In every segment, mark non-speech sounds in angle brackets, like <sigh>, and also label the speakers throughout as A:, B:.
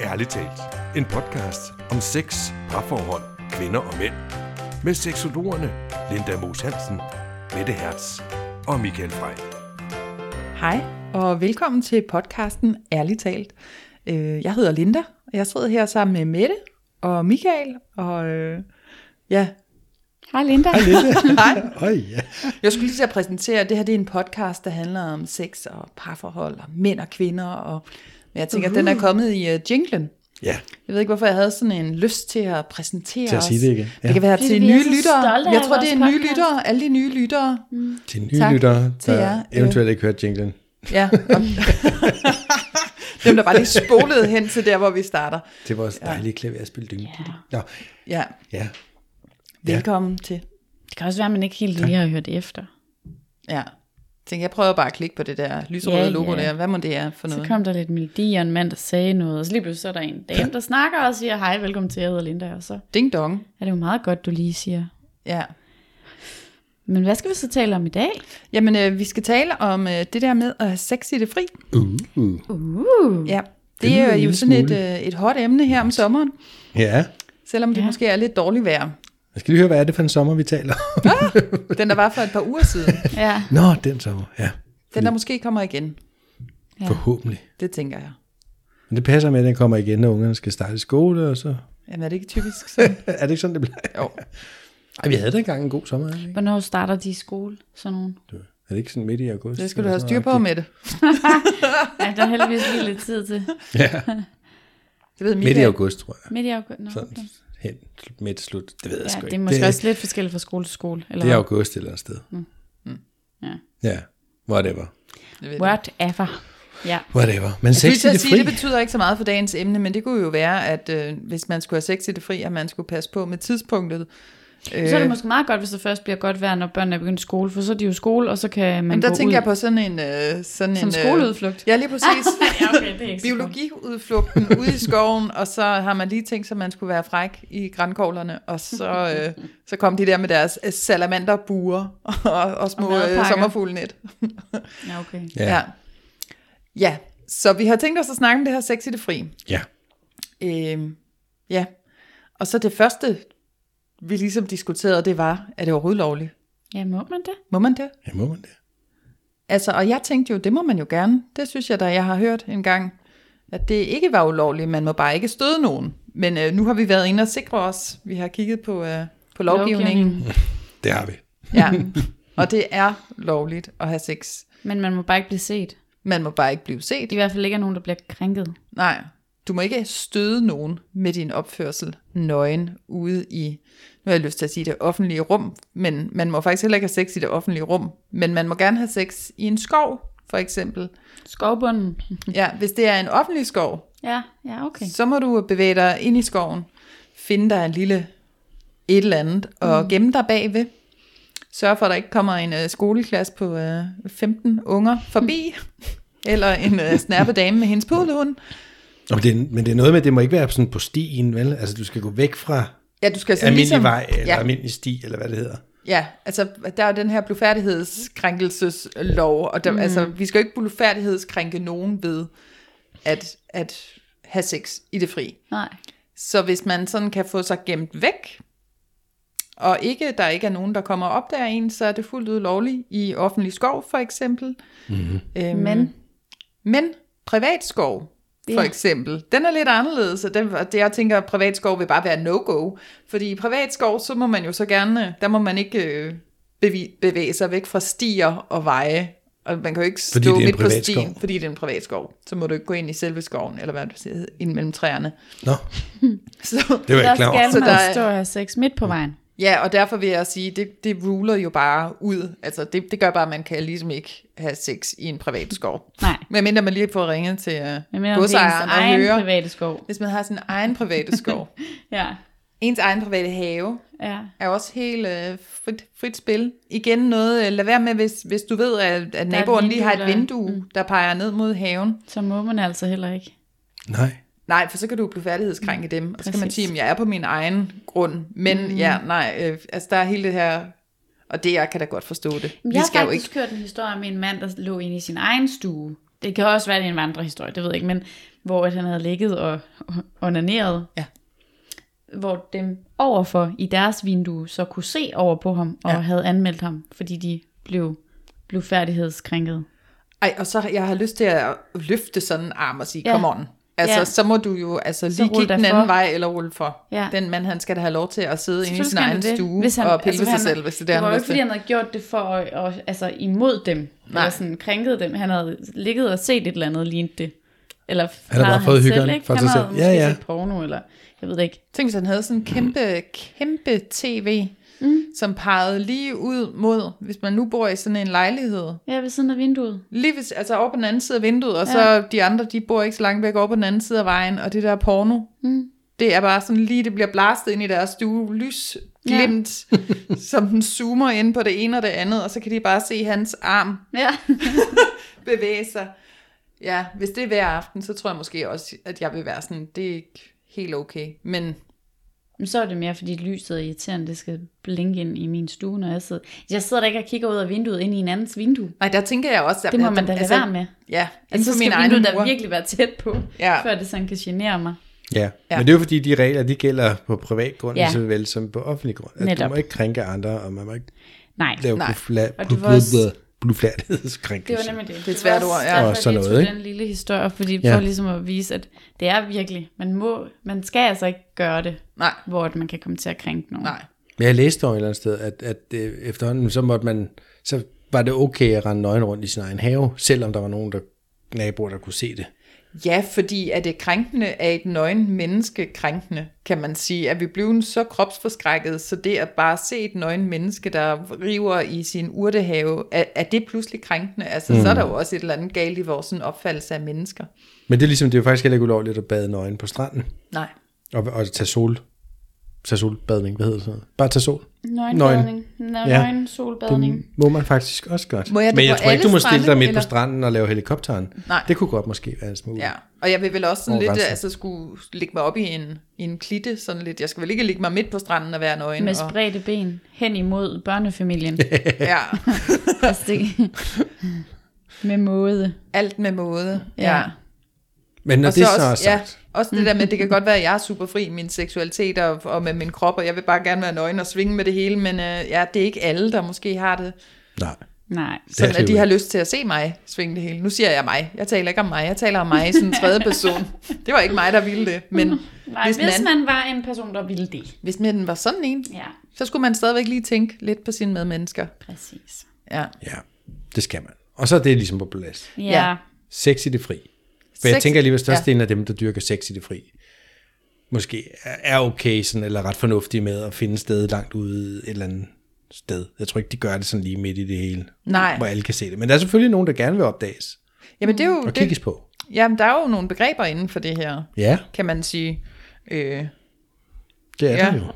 A: Ærligt talt. En podcast om sex, parforhold, kvinder og mænd. Med seksologerne Linda Moos Hansen, Mette Hertz og Michael Frey.
B: Hej, og velkommen til podcasten Ærligt talt. Øh, Jeg hedder Linda, og jeg sidder her sammen med Mette og Michael, og øh, ja,
C: Hej Linda.
D: Hej Linda.
B: hej.
D: Hej, ja.
B: Jeg skulle lige til at præsentere, at det her det er en podcast, der handler om sex og parforhold, og mænd og kvinder, og men jeg tænker, uh-huh.
D: Uhuh.
B: at den er kommet i uh, jinglen.
D: ja.
B: Jeg ved ikke, hvorfor jeg havde sådan en lyst til at præsentere
D: Til at sige
B: os.
D: det igen,
B: Ja.
D: ja.
B: Det kan være
C: Fordi
B: til
C: vi er
B: nye
C: så
B: lyttere.
C: stolte af
B: Jeg tror, det er
C: vores
B: nye
C: podcast.
B: lyttere. Alle de nye lyttere. Mm.
D: Til nye
B: Tak
D: lyttere,
B: til
D: der
B: jer.
D: eventuelt ikke hørte jinglen.
B: Ja. og- <laughs> Dem, der bare lige spolede hen til der, hvor vi starter.
D: Det var også dejlige klaverspil. Ja. Nå,
B: Ja,
D: ja.
B: velkommen ja. til.
C: Det kan også være, at man ikke helt lige har hørt efter.
B: Ja. Tænk, jeg prøver bare at klikke på det der lyserøde
C: Ja,
B: logo
C: ja.
B: der. Hvad må det er for
C: Så
B: noget?
C: kom der lidt melodi, og en mand, der sagde noget, og så lige pludselig så er der en dame, der snakker og siger, hej, velkommen til, jeg hedder Linda, og så
B: Ding dong.
C: er det jo meget godt, du lige siger.
B: Ja.
C: Men hvad skal vi så tale om i dag?
B: Jamen, øh, vi skal tale om øh, det der med at have sex i det fri.
D: Uh, uh.
C: Uh,
B: Ja. Det
D: Det lyder
B: er
D: en
B: jo
D: lille
B: sådan et,
D: smule.
B: øh, et hot emne her om sommeren,
D: Ja.
B: selvom det
C: Ja.
B: måske er lidt dårligt vejr.
D: Jeg skal lige høre, hvad er det for en sommer, vi taler om?
B: Den, der var for et par uger siden,
C: ja.
D: Nå, den sommer, ja.
B: den der måske kommer igen,
C: Ja.
D: Forhåbentlig.
B: det tænker jeg.
D: Men det passer med, at den kommer igen, når ungerne skal starte i skole, og så... <laughs>
B: Jamen er det ikke typisk sådan?
D: er det ikke sådan, det bliver?
B: Jo.
D: Ej, vi havde da engang en god sommer, havde vi ikke?
C: Hvornår starter de i skole? Sådan nogle.
D: Er det ikke sådan midt i august?
B: Det skal du have
D: eller sådan
B: styr på,
D: noget?
B: med det.
C: Ja, der er heldigvis lige lidt tid til.
D: Ja,
B: Det ved
D: midt i
B: Michael.
D: august, tror jeg.
C: Midt i august. Nå,
D: Sådan
C: okay.
D: hen, midt, slut. Det ved jeg
C: Ja,
D: sgu
C: det
D: ikke.
C: er måske også lidt forskelligt fra skole til skole. Eller
D: det er
C: hvad?
D: august et eller andet sted.
C: ja.
D: Ja, whatever.
B: Det ved jeg.
C: Whatever. Ja.
D: Whatever. Men sex
B: Jeg skulle
D: i
B: til at
D: det
B: sige,
D: fri.
B: det betyder ikke så meget for dagens emne, men det kunne jo være, at øh, hvis man skulle have sex i det fri, at man skulle passe på med tidspunktet. Øh,
C: Så er det måske meget godt, hvis det først bliver godt vejr, når børnene er begyndt i skole, for så er de jo i skole, og så kan man
B: men der
C: gå
B: tænker
C: ud.
B: jeg på sådan en... Øh, sådan
C: Sådan
B: en
C: en skoleudflugt.
B: Øh, <laughs> ja, lige
C: <laughs>
B: præcis.
C: ja, okay, det er ikke så godt.
B: Biologiudflugten ude i skoven, og så har man lige tænkt sig, at man skulle være fræk i grænkoglerne, og så, øh, så kom de der med deres øh, salamanderbuer <laughs> og, og små
C: Og
B: og øh,
C: madpakker.
B: sommerfuglenet.
C: Ja, okay.
D: Ja.
B: ja. Ja, så vi har tænkt os at snakke om det her sex i det fri.
D: Ja.
B: Øhm, ja, og så det første, vi ligesom diskuterede, det var, er det overhovedet lovligt?
C: Ja, må man det?
B: Må man det?
D: ja, må man det?
B: Altså, og jeg tænkte jo, det må man jo gerne. Det synes jeg da, jeg har hørt en gang, at det ikke var ulovligt. Man må bare ikke støde nogen. Men øh, nu har vi været inde og sikre os. Vi har kigget på, øh, på lovgivningen.
C: Lovgivningen.
D: Det har vi.
B: Ja. Og det er lovligt at have sex.
C: Men man må bare ikke blive set.
B: Man må bare ikke blive set.
C: I hvert fald ikke er nogen, der bliver krænket.
B: Nej, du må ikke støde nogen med din opførsel nøgen ude i, nu har jeg lyst til at sige det offentlige rum, men man må faktisk heller ikke have sex i det offentlige rum, men man må gerne have sex i en skov, for eksempel.
C: Skovbunden.
B: Ja, hvis det er en offentlig skov,
C: Ja, ja, okay.
B: så må du bevæge dig ind i skoven, finde dig en lille et eller andet, og mm. gemme dig bagved. Sørg for, at der ikke kommer en øh, skoleklasse på øh, 15 unger forbi, <laughs> eller en øh, snærpet dame med hendes pudelhund.
D: Og det, er- men det er noget med, at det må ikke være sådan på stien, vel? Altså, du skal gå væk fra
B: Ja, du skal altså
D: almindelig
B: ligesom,
D: vej, eller
B: ja,
D: almindelig sti, eller hvad det hedder.
B: Ja, altså der er jo den her blufærdighedskrænkelseslov, og der, mm. altså, vi skal jo ikke blufærdighedskrænke nogen ved at, at have sex i det fri.
C: Nej.
B: Så hvis man sådan kan få sig gemt væk, og ikke der ikke er nogen, der kommer op der en, så er det fuldt ud lovligt i offentlig skov for eksempel. Mm. Øhm,
C: Men
B: men privatskov, for
C: Ja.
B: eksempel, den er lidt anderledes, og, den, og det, jeg tænker, at privatskov vil bare være no-go. Fordi i privatskov, så må man jo så gerne, øh, der må man ikke øh, bevi- bevæge sig væk fra stier og veje, og man kan jo ikke
D: det er
B: stå
D: en
B: midt på
D: privatskov.
B: stien, fordi det er en privatskov. Så må du ikke gå ind i selve skoven, eller hvad du siger, ind mellem træerne. <laughs>
D: Nå,
B: Så,
D: det var jeg
C: der
D: ikke klar
C: skal
D: over.
B: Så
C: man
B: der
C: der...
B: er-
C: stå og have sex midt på vejen.
B: ja, og derfor vil jeg sige, det, det ruler jo bare ud. Altså, det, det gør bare, at man kan ligesom ikke have sex i en privatskov.
C: Nej.
B: Medmindre man lige får ringet til øh,
C: Men mener, det er ens
B: godsejeren og
C: egen
B: høre.
C: private skov.
B: Hvis man har sin egen private <laughs> skov.
C: Ja.
B: Ens egen private have
C: Ja.
B: er også helt øh, frit, frit spil. Igen noget, øh, lad være med, hvis, hvis du ved, at, at naboen lige har et
C: vindue,
B: vindue, der, Mm. der peger ned mod haven.
C: Så må man altså heller ikke.
D: Nej.
B: Nej, for så kan du blive færdighedskrænke dem. Og så kan man
C: præcis.
B: sige, at jeg er på min egen grund. Men mm. ja, nej, øh, altså der er hele det her... Og det, jeg kan da godt forstå det.
C: Jeg har faktisk hørt en historie om en mand, der lå inde i sin egen stue. Det kan også være, det er en vandrehistorie, det ved jeg ikke, men hvor at han havde ligget og og onaneret.
B: Ja.
C: Hvor dem overfor i deres vindue så kunne se over på ham og
B: Ja.
C: ja. havde anmeldt ham, fordi de blev, blev færdighedskrænket.
B: Ej, og så har- jeg har lyst til at løfte sådan en arm og sige,
C: Ja.
B: ja. come on. Altså,
C: Ja.
B: ja. så må du jo altså, lige
C: rul
B: give
C: dig
B: den
C: for.
B: anden vej eller rulle for.
C: Ja.
B: Den mand, han skal da have lov til at sidde inde i
C: Selvfølgelig
B: sin
C: skal han
B: egen
C: det.
B: stue han, og pille altså, sig
C: han-
B: selv, hvis det er det,
C: det var
B: han
C: jo
B: har
C: ikke,
B: lyst
C: fordi
B: til.
C: han havde gjort det for at, og, altså, imod dem, Nej. eller
B: Nej.
C: sådan krænket dem. Han havde ligget og set et eller andet, lignende det. Eller
D: Han havde bare fået hyggeren
C: ikke?
D: for
C: han
D: sig
C: havde
D: selv.
C: måske
D: Ja,
C: ja,
D: ja.
C: ja. set porno, eller jeg ved det ikke.
B: Tænk, hvis han havde sådan en kæmpe, kæmpe tv, mm. som pegede lige ud mod, hvis man nu bor i sådan en lejlighed.
C: Ja, ved siden af
B: <laughs>
C: vinduet.
B: Lige hvis, altså over på den anden side af vinduet, og
C: Ja.
B: ja. så de andre, de bor ikke så langt væk over på den anden side af vejen, og det der porno,
C: Mm.
B: det er bare sådan lige, det bliver blastet ind i deres stue, lys
C: <laughs>
B: glimt, ja. som den zoomer ind på det ene og det andet, og så kan de bare se hans arm
C: Ja.
B: bevæge sig. Ja, hvis det er hver aften, så tror jeg måske også, at jeg vil være sådan, det er ikke helt okay. Men
C: Men så er det mere, fordi lyset er irriterende, det skal blinke ind i min stue, når jeg sidder. Jeg sidder da ikke og kigger ud af vinduet ind i en andens vindue.
B: nej, der tænker jeg også... at-
C: Det må
B: at- altså,
C: man da lade være med.
B: Ja, inden
C: Altså,
B: for
C: så
B: min
C: skal
B: egen
C: vinduet da
B: mur.
C: virkelig være tæt på,
B: Ja.
C: før det sådan kan genere mig.
D: Ja.
B: Ja.
D: ja, men det er jo fordi, de regler, de gælder på privat grund,
C: Ja.
D: ja. såvel som på offentlig grund. At du
C: Netop.
D: må ikke krænke andre, og man må ikke
C: Nej,
D: lave
B: Nej.
C: Og det var også- det
D: blufærdighedskrænkelse.
C: var nemlig det.
B: er et svært
C: var
B: ord,
C: også
B: ja.
C: derfor,
D: Og
C: at
D: sådan
C: jeg
D: noget,
C: tog
D: ikke?
C: Den lille historie, fordi
D: Ja.
C: for ligesom at vise, at det er virkelig, man, må, man skal altså ikke gøre det,
B: Nej,
C: hvor at man kan komme til at krænke nogen.
B: nej.
D: Men jeg læste dog et eller andet sted, at, at øh, efterhånden, så måtte man, så var det okay at rende nøgen rundt i sin egen have, selvom der var nogen, der naboer, der kunne se det.
B: Ja, fordi er det krænkende, er et nøgen menneske krænkende, kan man sige. Er vi blevet så kropsforskrækket, så det at bare se et nøgen menneske, der river i sin urtehave, er, er det pludselig krænkende? Altså, mm. så er der jo også et eller andet galt i vores sådan, opfattelse af mennesker.
D: Men det er ligesom, det er jo faktisk heller ikke ulovligt at bade nøgen på stranden,
B: Nej.
D: og, og tage sol, tage solbadning, hvad hedder det sådan noget? Bare tage sol.
C: Nøgenbadning. Nøgen.
D: Ja.
C: Nøgen, solbadning.
D: Det må man faktisk også godt.
B: Må jeg det
D: Men jeg
B: på
D: tror ikke, du
B: alle
D: må stille dig
B: strande,
D: midt på
B: eller?
D: stranden og lave helikopteren.
B: Nej.
D: Det kunne godt måske være en smule.
B: Ja, og jeg vil vel også sådan
D: Over
B: lidt,
D: grænsen.
B: altså skulle ligge mig op i en, i en klitte, sådan lidt. Jeg skal vel ikke ligge mig midt på stranden og være nøgen.
C: Med
B: og,
C: spredte ben hen imod
D: <laughs>
C: børnefamilien.
B: ja,
C: altså, det, med måde.
B: alt med måde.
C: Ja.
B: ja.
D: Men når
B: Og
D: det så
B: så
D: er
B: også,
D: sagt,
B: ja, også det der med, at det kan godt være, at jeg er super fri i min seksualitet og, og med min krop, og jeg vil bare gerne være nøgen og svinge med det hele, men øh, ja, det er ikke alle, der måske har det,
D: nej.
C: Nej.
B: sådan
D: det
B: at de
D: jo
B: har lyst til at se mig svinge det hele. Nu siger jeg mig. Jeg taler ikke om mig. Jeg taler om mig i sådan en tredje
D: <laughs>
B: person. Det var ikke mig, der ville det, men
C: Nej,
B: hvis,
C: hvis,
B: den anden,
C: man var en person, der ville det.
B: hvis den var sådan en,
C: Ja,
B: så skulle man stadigvæk lige tænke lidt på sine medmennesker.
C: præcis.
B: Ja.
D: Ja, det skal man. Og så er det ligesom på plads.
C: Ja.
B: Ja.
C: ja.
D: Sex i det fri. For jeg
B: Sex-
D: tænker alligevel, at
B: ja.
D: størstedelen af dem, der dyrker sex i det fri, måske er- er okay sådan, eller ret fornuftige med at finde et sted langt ude et eller andet sted. Jeg tror ikke, de gør det sådan lige midt i det hele.
B: Nej.
D: Hvor alle kan se det. Men der er selvfølgelig nogen, der gerne vil opdages
B: Jamen, det er jo
D: og kigges
B: det,
D: på.
B: jamen, der er jo nogle begreber inden for det her,
D: Ja,
B: kan man sige. Øh,
D: det er
B: Ja.
D: ja. det jo.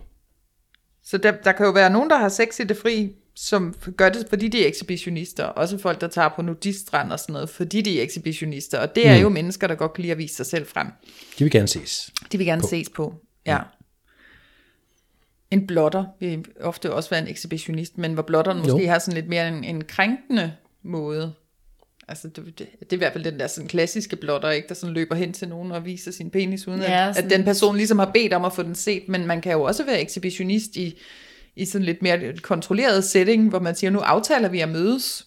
B: Så der, der kan jo være nogen, der har sex i det fri, som gør det, fordi de er ekshibitionister. Også folk, der tager på nudistrand og sådan noget, fordi de er ekshibitionister. Og det er jo mennesker, der godt kan lide at vise sig selv frem.
D: De vil gerne ses.
B: De vil gerne på. ses på. Ja. En blotter vil ofte også være en ekshibitionist, men hvor blotteren måske
D: Jo.
B: har sådan lidt mere en, en krænkende måde. Altså, det, det, det er i hvert fald den der sådan klassiske blotter, ikke? der sådan løber hen til nogen og viser sin penis, uden
C: Ja,
B: ja, at,
C: sådan-
B: at den person ligesom har bedt om at få den set. Men man kan jo også være ekshibitionist i, i sådan lidt mere kontrolleret setting, hvor man siger, nu aftaler vi at mødes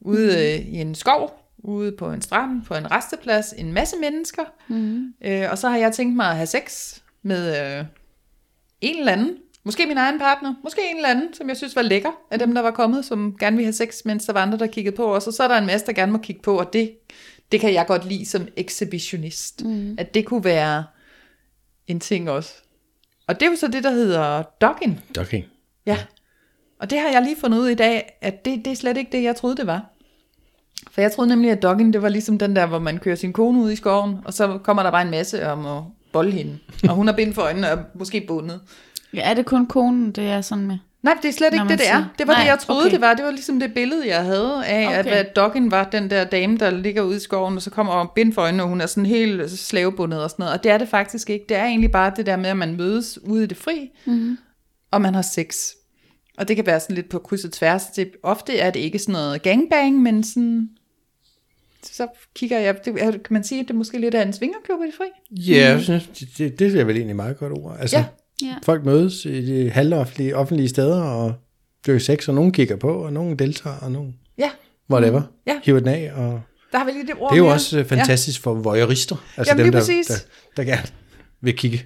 B: ude
C: Mhm.
B: øh, i en skov, ude på en strand, på en resteplads, en masse mennesker.
C: Mhm.
B: Mm. Øh, og så har jeg tænkt mig at have sex med øh, en eller anden, måske min egen partner, måske en eller anden, som jeg synes var lækker af dem, der var kommet, som gerne ville have sex, mens der var andre, der kiggede på os. Og så er der en masse, der gerne må kigge på, og det, det kan jeg godt lide som exhibitionist. Mm. At det kunne være en ting også. Og det er jo så det, der hedder dogging.
D: Okay.
B: Ja, og det har jeg lige fundet ud i dag, at det, det er slet ikke det, jeg troede, det var. For jeg troede nemlig, at dogging, det var ligesom den der, hvor man kører sin kone ud i skoven, og så kommer der bare en masse om at bolle hende. Og hun har bind for øjnene og måske bundet.
C: Er det kun konen, det er sådan med?
B: Nej, det er slet ikke
C: Nå,
B: det,
C: man
B: det
C: siger-
B: er. Det var Nej, det,
C: Nej,
B: jeg troede,
C: okay.
B: det var. Det var ligesom det billede, jeg havde af, okay. at
C: Okay.
B: hvad dokken var, den der dame, der ligger ude i skoven, og så kommer og bind for øjnene, og hun er sådan helt slavebundet og sådan noget. Og det er det faktisk ikke. Det er egentlig bare det der med, at man mødes ude i det fri, mm-hmm. og man har sex. Og det kan være sådan lidt på kryds og tværs. Det, ofte er det ikke sådan noget gangbang, men sådan så kigger jeg, det, er- kan man sige, at det måske lidt er en svingerklub i det fri?
D: Ja, jeg synes, det, det, det er vel egentlig et meget godt ord. Altså,
B: Mm. Ja.
C: Ja.
D: Folk mødes i de halvoffentlige offentlige steder og dyrker sex, og nogen kigger på, og nogen deltager, og nogen
B: Ja,
D: whatever.
B: Mm. Ja.
D: Hiver den af. Og
B: der har vi lige det ord
D: det er jo
B: mere.
D: også øh, fantastisk ja. for voyeurister. Altså
B: Jamen, lige
D: dem, der,
B: præcis.
D: der, der gerne vil kigge.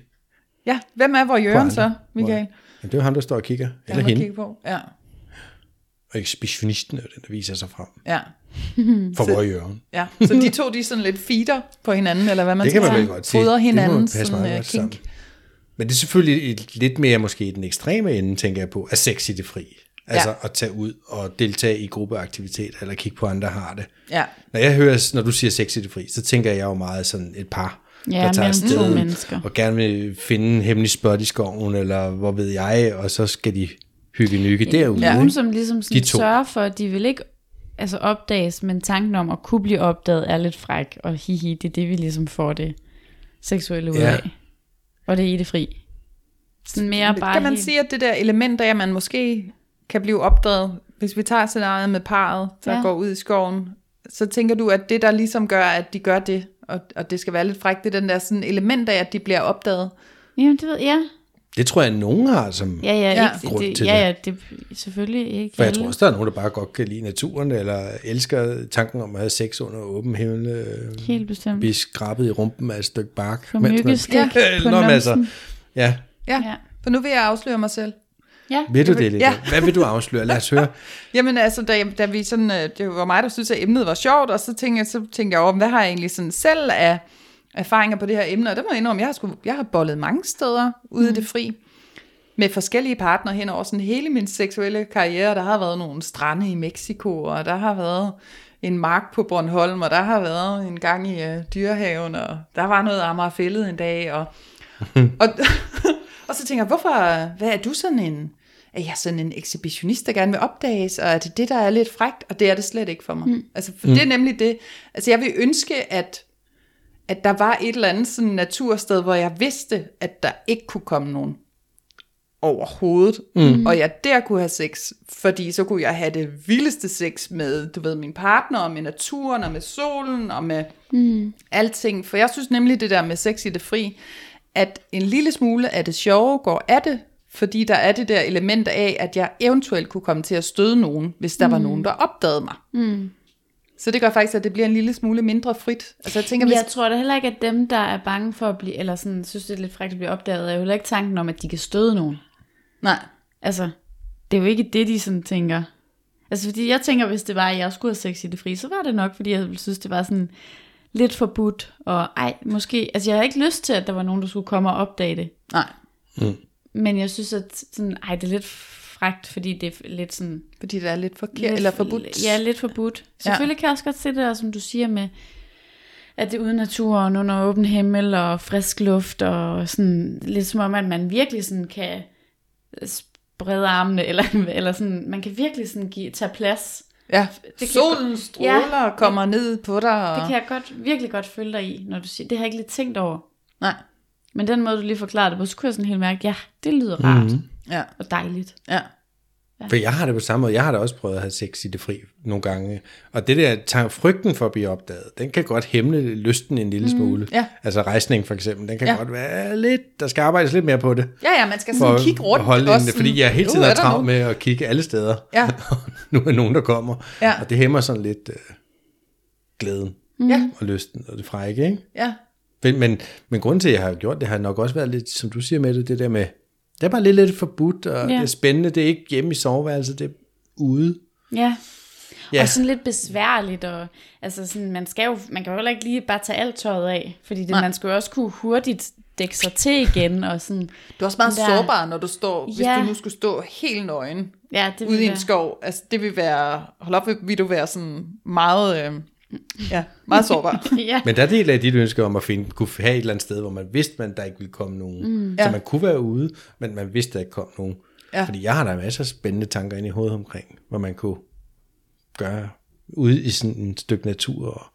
B: Ja. ja, hvem er vores
D: på
B: Jørgen
D: andre.
B: så, Michael?
D: Hvor- Jamen, det er jo ham, der står og kigger. Eller
B: Jeg må
D: hende.
B: kigge på. Ja,
D: Og ekshibitionisten er jo den, der viser sig frem.
B: ja.
D: For voyeuren.
B: Ja, så de to, de er sådan lidt feeder på hinanden, eller hvad man
D: Det
B: skal
D: kan man
B: sige.
D: vel godt sige.
B: Fodrer
D: Det må
B: hinanden
D: passe
B: sådan
D: meget
B: øh,
D: godt
B: kink.
D: sammen. Men det er selvfølgelig et, lidt mere måske i den ekstreme ende, tænker jeg på, at sex i det fri. Altså
B: Ja.
D: ja. at tage ud og deltage i gruppeaktiviteter, eller kigge på andre har det.
B: Ja,
D: Når jeg hører, når du siger sex i det fri, så tænker jeg jo meget sådan et par,
C: Ja,
D: der tager
C: mellem to
D: afsted
C: mennesker.
D: og gerne vil finde en hemmelig spot i skoven, eller hvor ved jeg, og så skal de hygge nykke derude.
B: Ja.
D: Ja.
C: Nogen, som ligesom sådan
D: De to.
C: sørger for, at de vil ikke altså opdages, men tanken om at kunne blive opdaget er lidt fræk, og hihi, det er det, vi ligesom får det seksuelle ud
D: Ja.
C: af. Og det er i det fri. Sådan mere bare
B: kan man
C: helt-
B: sige, at det der element af, at man måske kan blive opdaget, hvis vi tager scenariet med parret, der ja.
C: Ja.
B: går ud i skoven, så tænker du, at det, der ligesom gør, at de gør det, og, og det skal være lidt frækt, det er den der sådan element af, at de bliver opdaget.
C: Jamen, det ved jeg.
D: Det tror jeg, nogen har som...
C: Ja, ja,
B: Ja.
C: ja. Ikke,
D: Grund
C: det,
D: til
C: ja, ja, det er selvfølgelig ikke
D: For jeg
C: alle.
D: tror også, der er nogen, der bare godt kan lide naturen, eller elsker tanken om at have sex under åben himmel, øh,
C: Helt bestemt.
D: blive skrabet i rumpen af et stykke bark.
C: Få
D: mens man-
C: myggestik ja. på
D: <laughs> Nå, men altså,
C: numsen.
D: ja,
B: Ja, ja.
C: Ja.
B: for nu vil jeg afsløre mig selv.
C: Ja.
D: vil du det, Lille?
B: Ja.
D: Ja. Hvad vil du afsløre? Lad os høre.
B: Jamen altså, da, da vi sådan, øh, det var mig, der synes, at emnet var sjovt, og så tænkte jeg, så tænkte jeg over, hvad har jeg egentlig sådan selv af erfaringer på det her emne, og det må jeg indrømme, jeg har, sgu, jeg har bollet mange steder ude mm. i det fri, med forskellige partnere hen over sådan hele min seksuelle karriere. Der har været nogle strande i Mexico, og der har været en mark på Bornholm, og der har været en gang i øh, dyrehaven, og der var noget Amagerfællet en dag, og <laughs> og, og så tænker jeg, hvorfor, hvad er du sådan en, er jeg sådan en ekshibitionist, der gerne vil opdages, og er det det, der er lidt frægt, og det er det slet ikke for mig. Mm. Altså, for mm. det er nemlig det, altså jeg vil ønske, at, at der var et eller andet sådan natursted, hvor jeg vidste, at der ikke kunne komme nogen overhovedet, mm. og jeg der kunne have sex, fordi så kunne jeg have det vildeste sex med, du ved, min partner, og med naturen, og med solen, og med Mm. alting. For jeg synes nemlig det der med sex i det fri, at en lille smule af det sjove går af det, fordi der er det der element af, at jeg eventuelt kunne komme til at støde nogen, hvis der mm. var nogen, der opdagede mig. Mm. Så det gør faktisk, at det bliver en lille smule mindre frit. Altså jeg tænker,
C: Men
B: hvis...
C: jeg tror da heller ikke, at dem, der er bange for at blive, eller sådan, synes, det er lidt frækt at blive opdaget, er jo heller ikke tanken om, at de kan støde nogen.
B: Nej.
C: Altså, det er jo ikke det, de sådan tænker. Altså, fordi jeg tænker, hvis det var, at jeg skulle have sex i det fri, så var det nok, fordi jeg ville synes, det var sådan lidt forbudt, og ej, måske, altså jeg havde ikke lyst til, at der var nogen, der skulle komme og opdage det,
B: Nej.
C: men jeg synes, at sådan, ej, det er lidt frækt, fordi det er lidt sådan...
B: Fordi det er lidt forkert,
C: Lidt,
B: eller forbudt.
C: Ja, lidt forbudt. Selvfølgelig kan jeg også godt se det der, som du siger med, at det er uden naturen, under åben himmel og frisk luft, og sådan lidt som om, at man virkelig sådan kan sprede armene, <laughs> eller, eller sådan, man kan virkelig sådan give, tage plads.
B: ja.
C: kan-
B: Solen stråler og kommer ned på dig. Og...
C: Det kan jeg godt, virkelig godt følge dig i, når du siger, det har jeg ikke lige tænkt over.
B: Nej.
C: Men den måde, du lige forklarede det på, så kunne jeg sådan helt mærke, ja, det lyder rart mm-hmm.
B: Ja.
C: og dejligt.
B: Ja.
D: For jeg har det på samme måde. Jeg har da også prøvet at have sex i det fri nogle gange. Og det der tan- frygten for at blive opdaget, den kan godt hæmme lysten en lille smule. Mm,
B: ja.
D: Altså rejsning for eksempel, den kan
B: Ja.
D: ja. godt være lidt, der skal arbejdes lidt mere på det.
B: Ja, ja, man skal sådan kigge rundt.
D: at holde
B: også
D: også, fordi jeg hele
B: "Nu
D: tiden
B: er
D: har
B: der nogen."
D: travlt med at kigge alle steder.
B: Ja.
D: Og <laughs> nu er nogen, der kommer.
B: Ja. Mm.
D: Og det hæmmer sådan lidt øh, glæden
B: Ja.
D: og lysten og det frække, ikke?
B: Ja.
D: Men, men, men grunden til, at jeg har gjort det, har nok også været lidt, som du siger med det, det der med, det er bare lidt, lidt forbudt, og
C: Ja.
D: det er spændende, det er ikke hjemme i soveværelset, det er ude.
C: Ja.
D: Ja.
C: Ja. Og sådan lidt besværligt, og altså sådan, man, skal jo, man kan jo heller ikke lige bare tage alt tøjet af, fordi det, man skal jo også kunne hurtigt dække sig til igen, og sådan,
B: Du er også meget
C: Der-
B: sårbar, når du står, hvis
C: Ja.
B: du nu skulle stå helt nøgen
C: ja, det
B: ude
C: vil
B: i en
C: være-
B: skov. Altså, det vil være, hold op, vil du være sådan meget, øh, ja, meget
C: <laughs>
B: sårbar.
C: Ja,
D: Men der er del af dit ønske om at finde, kunne have et eller andet sted, hvor man vidste, man der ikke ville komme nogen. Mm. Så
B: Ja.
D: man kunne være ude, men man vidste, der ikke kom nogen.
B: Ja.
D: Fordi jeg har da masser af spændende tanker inde i hovedet omkring, hvad man kunne gøre ude i sådan et stykke natur, og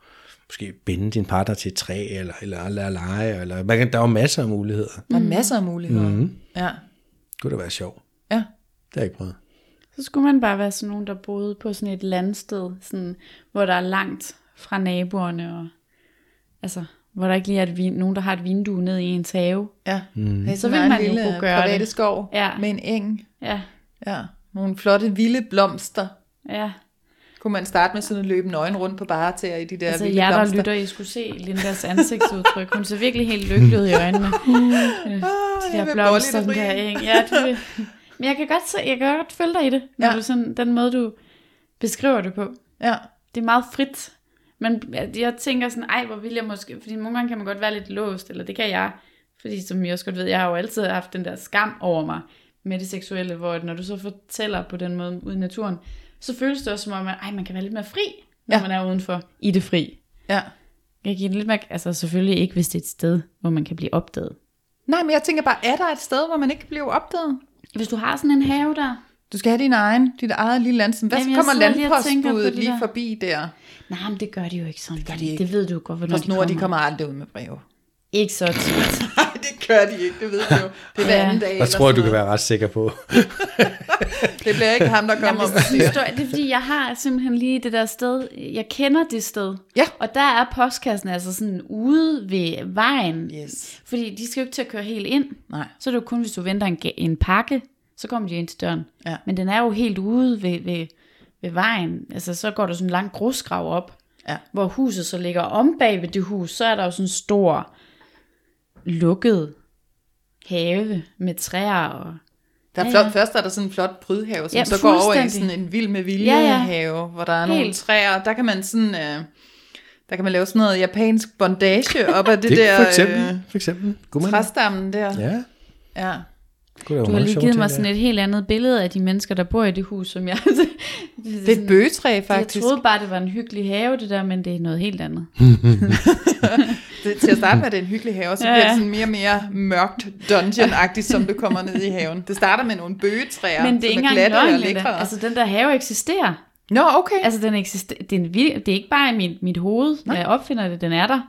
D: måske binde din partner til et træ, eller, eller, eller lege, eller man kan, der er jo masser af muligheder. Det
B: Der er masser af muligheder.
D: Mhm.
B: Mm. Ja,
D: kunne da være sjovt.
B: ja.
D: Det har jeg ikke prøvet.
C: så skulle man bare være sådan nogen, der boede på sådan et landsted, sådan, hvor der er langt fra naboerne, og altså, hvor der ikke lige er et vin, nogen, der har et vindue ned i ens have.
B: Ja.
D: Mhm.
B: Mm.
C: Så vil man jo kunne gøre
B: private
C: det.
B: skov
C: Ja.
B: med en eng.
C: Ja,
B: Ja. Nogle flotte vilde blomster.
C: ja.
B: Kunne man starte med sådan at løbe nøgen rundt på bare til i de der
C: Altså
B: vilde
C: jer, der
B: blomster.
C: lytter, I skulle se Lindas ansigtsudtryk. Hun ser virkelig helt lykkelig ud i
B: <laughs>
C: øjnene. Øh,
B: Ah, jeg
C: de der
B: vil
C: blomster,
B: bolle
C: den
B: det
C: der
B: fri.
C: eng. Ja, det vil... Men jeg kan godt, se, jeg kan godt følge dig i det, når
B: Ja.
C: ja. du sådan, den måde, du beskriver det på.
B: Ja.
C: Det er meget frit. Men jeg tænker sådan, ej, hvor vil jeg måske... Fordi nogle gange kan man godt være lidt låst, eller det kan jeg. Fordi som I også godt ved, jeg har jo altid haft den der skam over mig med det seksuelle, hvor at når du så fortæller på den måde ude i naturen, så føles det også som om, at ej, man kan være lidt mere fri, når
B: Ja.
C: ja. man er udenfor i det fri.
B: ja.
C: Jeg giver det lidt mærke, altså selvfølgelig ikke, hvis det er et sted, hvor man kan blive opdaget.
B: Nej, men jeg tænker bare, er der et sted, hvor man ikke bliver opdaget?
C: Hvis du har sådan en have der,
B: Du skal have din egen, dit eget lille land. Hvad
C: Jamen, jeg
B: kommer
C: sidder lige og tænker på
B: landpostbuddet
C: det
B: lige
C: der.
B: forbi der?
C: nej, men det gør de jo ikke sådan. Det,
B: de ikke.
C: det ved du godt, hvornår
B: På
C: de
B: snor,
C: kommer.
B: de kommer aldrig ud med breve.
C: Ikke så <laughs> tit.
B: Nej, det gør de ikke, det ved du jo. Det er hver
C: Ja.
B: anden dag.
D: Der
B: eller
D: tror jeg, du
B: sådan
D: kan være ret sikker på.
B: noget. Det bliver ikke ham, der
C: Jamen,
B: kommer og
C: hvis det, er en
B: siger.
C: historie, det er fordi, jeg har simpelthen lige det der sted, jeg kender det sted.
B: Ja.
C: Og der er postkassen altså sådan ude ved vejen.
B: Yes.
C: Fordi de skal jo ikke til at køre helt ind.
B: Nej.
C: Så er det jo kun, hvis du venter en, ga- en pakke, så kommer de ind til døren.
B: Ja.
C: Men den er jo helt ude ved, ved, ved vejen. Altså, så går der sådan en lang grusgrav op,
B: Ja.
C: hvor huset så ligger om bag ved det hus. Så er der jo sådan en stor, lukket have med træer. Og...
B: Der er
C: Ja,
B: flot,
C: ja.
B: Først er der sådan en flot prydhave, som ja,
C: Ja,
B: så går over i
C: fuldstændig.
B: sådan en vild med vilje
C: Ja, ja.
B: have, hvor der er nogle
C: Helt.
B: træer. Der kan man sådan... Øh, der kan man lave sådan noget japansk bondage
D: <laughs>
B: op af det,
D: Det,
B: der
D: er for eksempel,
B: øh,
D: for eksempel. Kunne man?
B: træstammen der. Ja.
D: Ja.
B: ja.
D: Kunne der
C: Du har lige givet mig sådan et helt andet billede af de mennesker, der bor i det hus, som jeg... <laughs> det,
B: Det er et bøgetræ,
C: Jeg
B: faktisk.
C: troede bare, det var en hyggelig have, det der, men det er noget helt andet.
B: Det, til at starte med er det en hyggelig have, og så
C: Ja,
B: bliver det
C: ja.
B: sådan mere og mere mørkt dungeon-agtigt, som du kommer ned i haven. Det starter med nogle bøgetræer,
C: men det er ikke
B: som er
C: engang
B: glatte og
C: løgn, Linda.
B: lækre.
C: Altså, den der have eksisterer.
B: Nå, okay.
C: Altså, den eksisterer. Det, er en vir- det er ikke bare i mit, mit hoved, når jeg opfinder det. Den er der.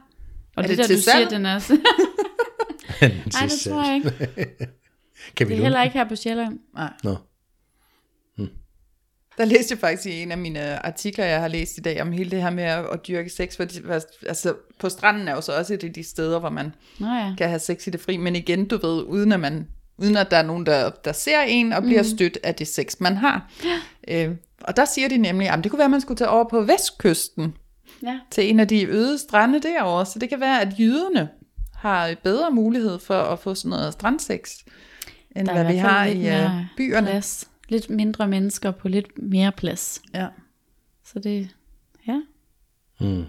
C: Og
B: Er det
C: det, det der,
B: til
C: du siger,
B: salg?
C: den er... Nej,
D: <laughs> Nej,
C: det tror jeg ikke.
D: Kan
C: Det
D: vi
C: er
D: låne
C: heller ikke her på Sjælland.
D: Nå.
B: Der læste jeg faktisk i en af mine artikler, jeg har læst i dag, om hele det her med at at dyrke sex. For det- altså, på stranden er jo så også et af de steder, hvor man
C: Nå ja.
B: kan have sex i det fri. Men igen, du ved, uden at, man, uden at der er nogen, der, der ser en og
C: Mhm.
B: bliver stødt af det sex, man har. Øh, og der siger de nemlig, at det kunne være, at man skulle tage over på vestkysten
C: ja.
B: til en af de øde strande derovre. Så det kan være, at jyderne har bedre mulighed for at få sådan noget strandsex, end
C: Der er
B: hvad
C: i
B: vi
C: hvert fald
B: har
C: lidt
B: i øh,
C: mere
B: byerne.
C: Plads. Lidt mindre mennesker på lidt mere plads.
B: Ja.
C: Så det, ja. Mhm.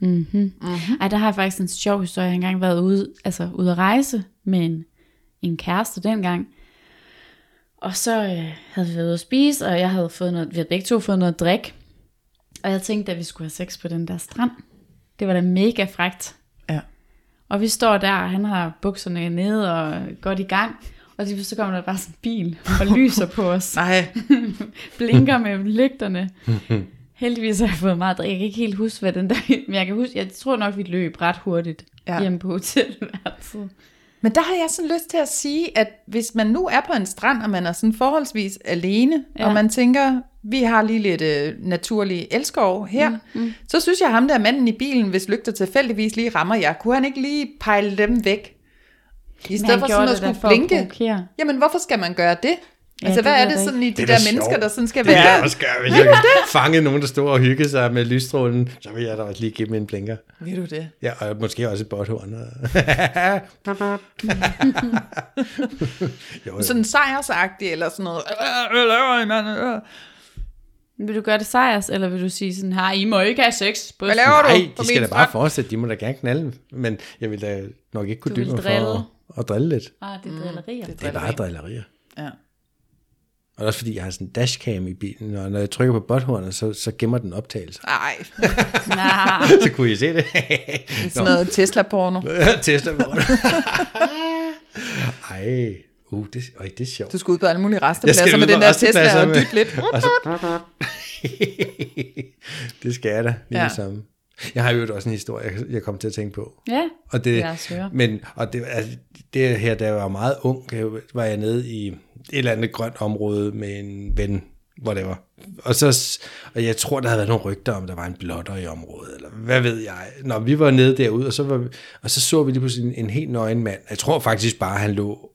C: Mhm. Ej, der har jeg faktisk en sjov historie. Jeg har engang været ude, altså ude at rejse med en, en kæreste dengang. Og så øh, havde vi været ude at spise, og jeg havde fået noget, vi havde begge to fået noget drik. Og jeg tænkte, at vi skulle have sex på den der strand. Det var da mega frægt.
B: Ja.
C: Og vi står der, og han har bukserne nede og godt i gang. Og lige pludselig kommer der bare sådan en bil og lyser på os
B: Nej, <laughs>
C: blinker med lygterne. Heldigvis har jeg fået meget drik. Jeg kan ikke helt huske, hvad den der... <laughs> Men jeg kan huske, jeg tror nok, vi løb ret hurtigt
B: Ja.
C: ja. hjemme på hotelværelset.
B: Men der har jeg sådan lyst til at sige, at hvis man nu er på en strand, og man er sådan forholdsvis alene, ja.
C: Ja.
B: og man tænker, vi har lige lidt øh, naturlig elskov her, mm, mm. så synes jeg, ham der manden i bilen, hvis lygter tilfældigvis lige rammer jer, kunne han ikke lige pejle dem væk? I stedet for sådan at skulle blinke.
C: provokere.
B: Jamen, hvorfor skal man gøre det? Ja,
C: Ja,
B: altså,
C: det
B: hvad
C: ved
B: er
C: jeg
B: det
C: da
B: sådan i de
D: er
B: der
D: da
B: mennesker,
D: sjovt.
B: der sådan skal
D: Det er
B: være?
D: jeg også gøre,
C: <laughs>
D: hvis jeg kan fange nogen, der står og hygger sig med lysstrålen, så vil jeg da også lige give dem en blinker.
B: Ved du det?
D: Ja, og måske også et botthorn. og- jo, jo.
B: Sådan sejrsagtig eller sådan noget. Øh, hvad laver I, mand? Øh,
C: Vil du gøre det sejrs, eller vil du sige sådan, her, I må ikke have sex på
B: Hvad laver du?
D: Nej,
B: på min
D: de skal da bare
B: strand?"
D: fortsætte. De må da gerne knalde. Men jeg vil da nok ikke kunne
C: Du vil
D: dybe mig for
C: drille.
D: at, at drille lidt.
C: Ah,
B: Mm,
C: det er drillerier.
D: Det er bare drillerier.
B: Ja.
D: Og det er også fordi, jeg har sådan en dashcam i bilen, og når jeg trykker på botthornet, så, så gemmer den optagelser.
C: <laughs>
B: Ej, <laughs>
C: Nej,
D: så kunne I se det. <laughs>
B: sådan noget Tesla-porno.
D: Tester på det. <laughs> Ej, uh, det, øj, det er sjovt. <laughs>
B: Du skal ud på alle mulige
D: Jeg skal
B: restepladser med
D: ud på
B: den der
D: rastepladser
B: Tesla og
D: med-
B: dytte lidt.
D: Og så- det skal jeg da, lige
B: Ja.
D: ja. sammen. Jeg har jo også en historie, jeg- jeg kom til at tænke på.
C: Ja,
D: og det,
C: jeg søger.
D: men, og det, altså, det her, da jeg var meget ung, kan jeg- var jeg nede i et eller andet grønt område med en ven, whatever. Og, så, og jeg tror, der havde været nogle rygter om, der var en blotter i området, eller hvad ved jeg. Når vi var nede derude, og så, var vi, og så så vi lige pludselig en, en helt nøgen mand. Jeg tror faktisk bare, han lå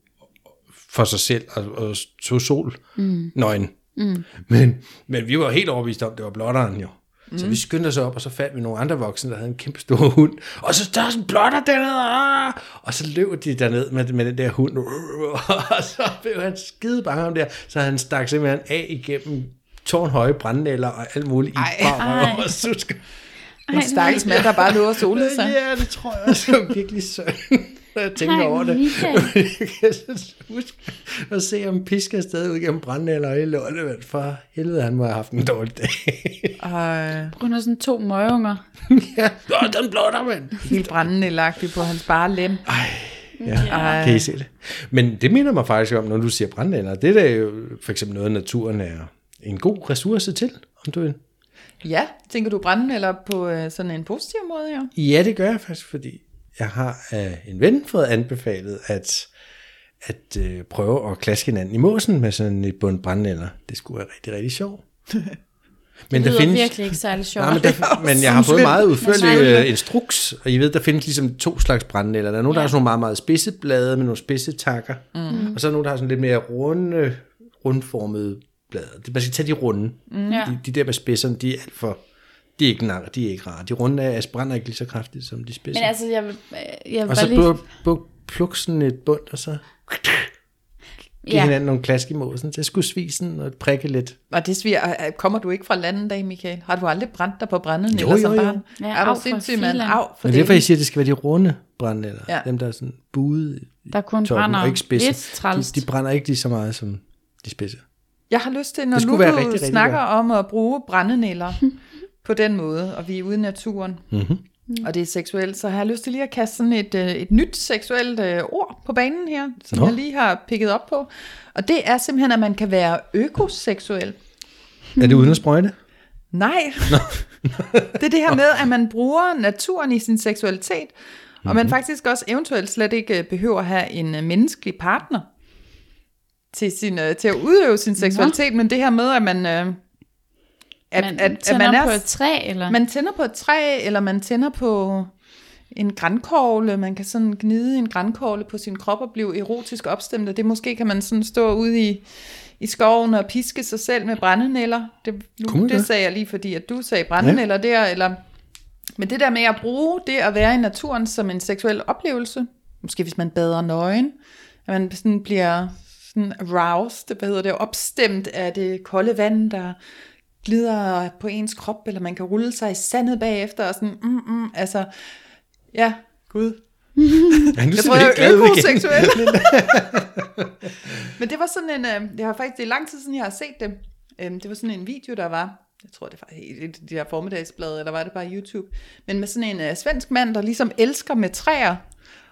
D: for sig selv og, og tog sol mm. nøgen. Mm. Men, men vi var helt overbevist om, det var blotteren jo. Mm. Så vi skyndte os op, og så fandt vi nogle andre voksne, der havde en kæmpe stor hund. Og så der er sådan en blotter dernede. ah! Og så løb de derned med, med den der hund. <laughs> Og så blev han skide bange om der. Så han stak simpelthen af igennem tårnhøje brandnælder og alt muligt i
B: Ej.
D: bare
C: Ej.
D: røv og susker.
B: En stakkels mand, der bare lå og solede sig.
D: Øh, Ja, det tror jeg også var virkelig synd. Når jeg tænker
C: Ej,
D: over det.
C: Michael.
D: <laughs> jeg kan så huske at se, om pisker stadig ud gennem brandnælder og hele lortet. men For helvede, han må have haft en dårlig dag.
B: Og
C: Hun har sådan to møgunger.
D: ja. <laughs> Nå, den blotter, mand.
B: helt brændende lagt på hans bare lem.
D: Ja,
B: Ej.
D: kan I se det? Men det minder mig faktisk om, når du siger brændenænder. Det er da jo for eksempel noget, naturen er en god ressource til, om du vil.
B: Ja, tænker du brændende eller på øh, sådan en positiv måde her?
D: Ja, det gør jeg faktisk, fordi jeg har af en ven fået anbefalet at, at øh, prøve at klaske hinanden i måsen med sådan et bund brændenænder. Det skulle være rigtig, rigtig <laughs> sjovt. Men
C: Det lyder virkelig ikke særlig sjovt.
D: Nej,
C: <laughs>
D: men, der, men <laughs> jeg har fået meget udførlig øh, instruks, og I ved, der findes ligesom to slags brændenælder. Der er nogen, ja. der har sådan nogle meget, meget spidse blade med nogle spidse takker, mm. og så er der nogen, der har sådan lidt mere runde, rundformede blade. Det- Man skal tage de runde. Mm.
C: Ja.
D: De, de der med spidserne, de er alt for... De er ikke nar, de er ikke rare. De runde er, brænder ikke lige så kraftigt som de spidse.
C: Men altså, jeg vil, jeg vil
D: og
C: bare
D: så
C: lige...
D: pluk, pluk, pluk sådan et bund, og så give ja. hinanden nogle klask i måsen. Så skulle svisen og prikke lidt.
B: Og det sviger, øh, kommer du ikke fra landet en dag, Michael? Har du aldrig brændt dig på brændende
D: Jo,
B: eller som
D: jo, jo.
B: barn?
C: Ja,
B: er
C: af
B: du
C: for
B: sindssyg, mand?
C: filan.
B: Af for
D: Men det er derfor, jeg
B: det.
D: siger, at det skal være de runde brændenælder.
B: Ja.
D: Ja. Dem, der er sådan buede
C: Der kun
D: toppen,
C: brænder
D: og ikke spidse.
C: lidt trælst.
D: De, de brænder ikke lige så meget som de spidse.
B: Jeg har lyst til, når
D: skulle
B: nu du
D: være rigtig, rigtig
B: snakker
D: godt.
B: om at bruge brændenælder <laughs> på den måde, og vi er ude i naturen,
D: Mhm.
B: mm-hmm. og det er seksuelt, så har jeg lyst til lige at kaste sådan et, øh, et nyt seksuelt øh, ord på banen her, som
D: Nå.
B: jeg lige har picket op på. Og det er simpelthen, at man kan være økoseksuel.
D: Er det uden at sprøjte?
B: Nej. det er det her med, at man bruger naturen i sin seksualitet, og man faktisk også eventuelt slet ikke øh, behøver at have en øh, menneskelig partner til, sin, øh, til at udøve sin seksualitet, men det her med, at man, øh, at,
C: man,
B: at, at
C: man
B: man,
C: er på
B: er,
C: et træ, eller?
B: man tænder på et træ, eller man tænder på en grænkogle, man kan sådan gnide en grænkogle på sin krop og blive erotisk opstemt, og det måske kan man sådan stå ude i, i skoven og piske sig selv med brændenælder. Det,
D: Kunne
B: nu,
D: man
B: det
D: det?
B: sagde jeg lige, fordi at du sagde brændenælder ja. der, eller... Men det der med at bruge det at være i naturen som en seksuel oplevelse, måske hvis man bader nøgen, at man sådan bliver sådan aroused, hvad hedder det, opstemt af det kolde vand, der glider på ens krop, eller man kan rulle sig i sandet bagefter, og sådan, mm, mm, altså, ja, gud,
D: Ja, nu
B: jeg
D: ser
B: tror, jeg
D: helt
B: er
D: glad ud igen.
B: økoseksuel.
D: <laughs>
B: Men det var sådan en, øh, det har faktisk, det er lang tid siden, jeg har set det. Øhm, Det var sådan en video, der var, jeg tror, det var i i de her formiddagsblade, eller var det bare YouTube, men med sådan en øh, svensk mand, der ligesom elsker med træer.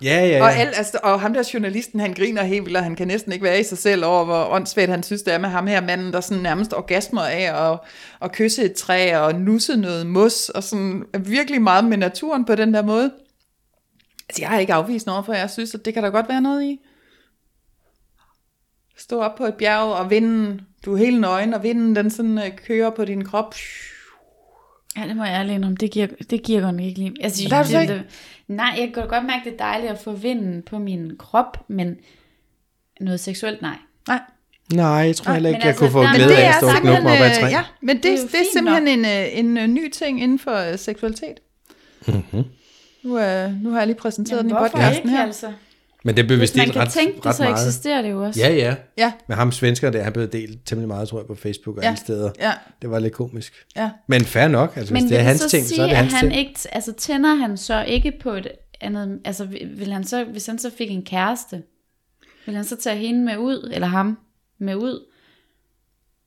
D: Ja, ja, ja.
B: Og, al, altså, og ham der journalisten, han griner helt vildt, og han kan næsten ikke være i sig selv over, hvor åndssvagt han synes, det er med ham her manden, der sådan nærmest orgasmer af at, at kysse et træ og nusse noget mos, og sådan virkelig meget med naturen på den der måde. Altså, jeg er ikke afvist overfor, jeg synes, at det kan der godt være noget i. Stå op på et bjerg, og vinden, du er helt nøgen, og vinden, den sådan øh, kører på din krop.
C: Ja, det må jeg ærligt indrømme. Det giver, det giver godt nok ikke lige. Jeg synes,
B: Der er du så
C: det, det, nej, jeg kan godt mærke, det er dejligt at få vinden på min krop, men noget seksuelt, nej.
B: Nej,
D: Nej, jeg tror heller
C: men
D: ikke, jeg
C: altså,
D: kunne få
C: der-
D: glæde
C: Men det
D: af at
C: er
D: stå og knuppe mig op ad et træ.
B: øh, ja, men det,
C: Det er
B: det,
C: jo
B: det er
C: fint
B: simpelthen en, øh, en, øh, ny ting inden for øh, seksualitet. Mm-hmm. Nu, øh, nu har jeg lige præsenteret den i podcasten her.
C: altså?
D: Men det blev
C: Hvis
D: vist
C: man
D: delt
C: kan
D: ret,
C: tænke det,
D: ret
C: så
D: meget.
C: eksisterer det jo også.
D: Ja, ja.
B: Ja,
D: Med ham svensker der, han blev delt temmelig meget, tror jeg, på Facebook og
B: Ja.
D: alle steder.
B: Ja.
D: Det var lidt komisk.
B: ja.
D: Men fair nok, altså,
C: men
D: hvis det er
C: vil
D: hans
C: så
D: ting,
C: sige,
D: så er det hans
C: at han
D: ting.
C: ikke, altså tænder han så ikke på et andet, altså vil han så, hvis han så fik en kæreste, vil han så tage hende med ud, eller ham med ud?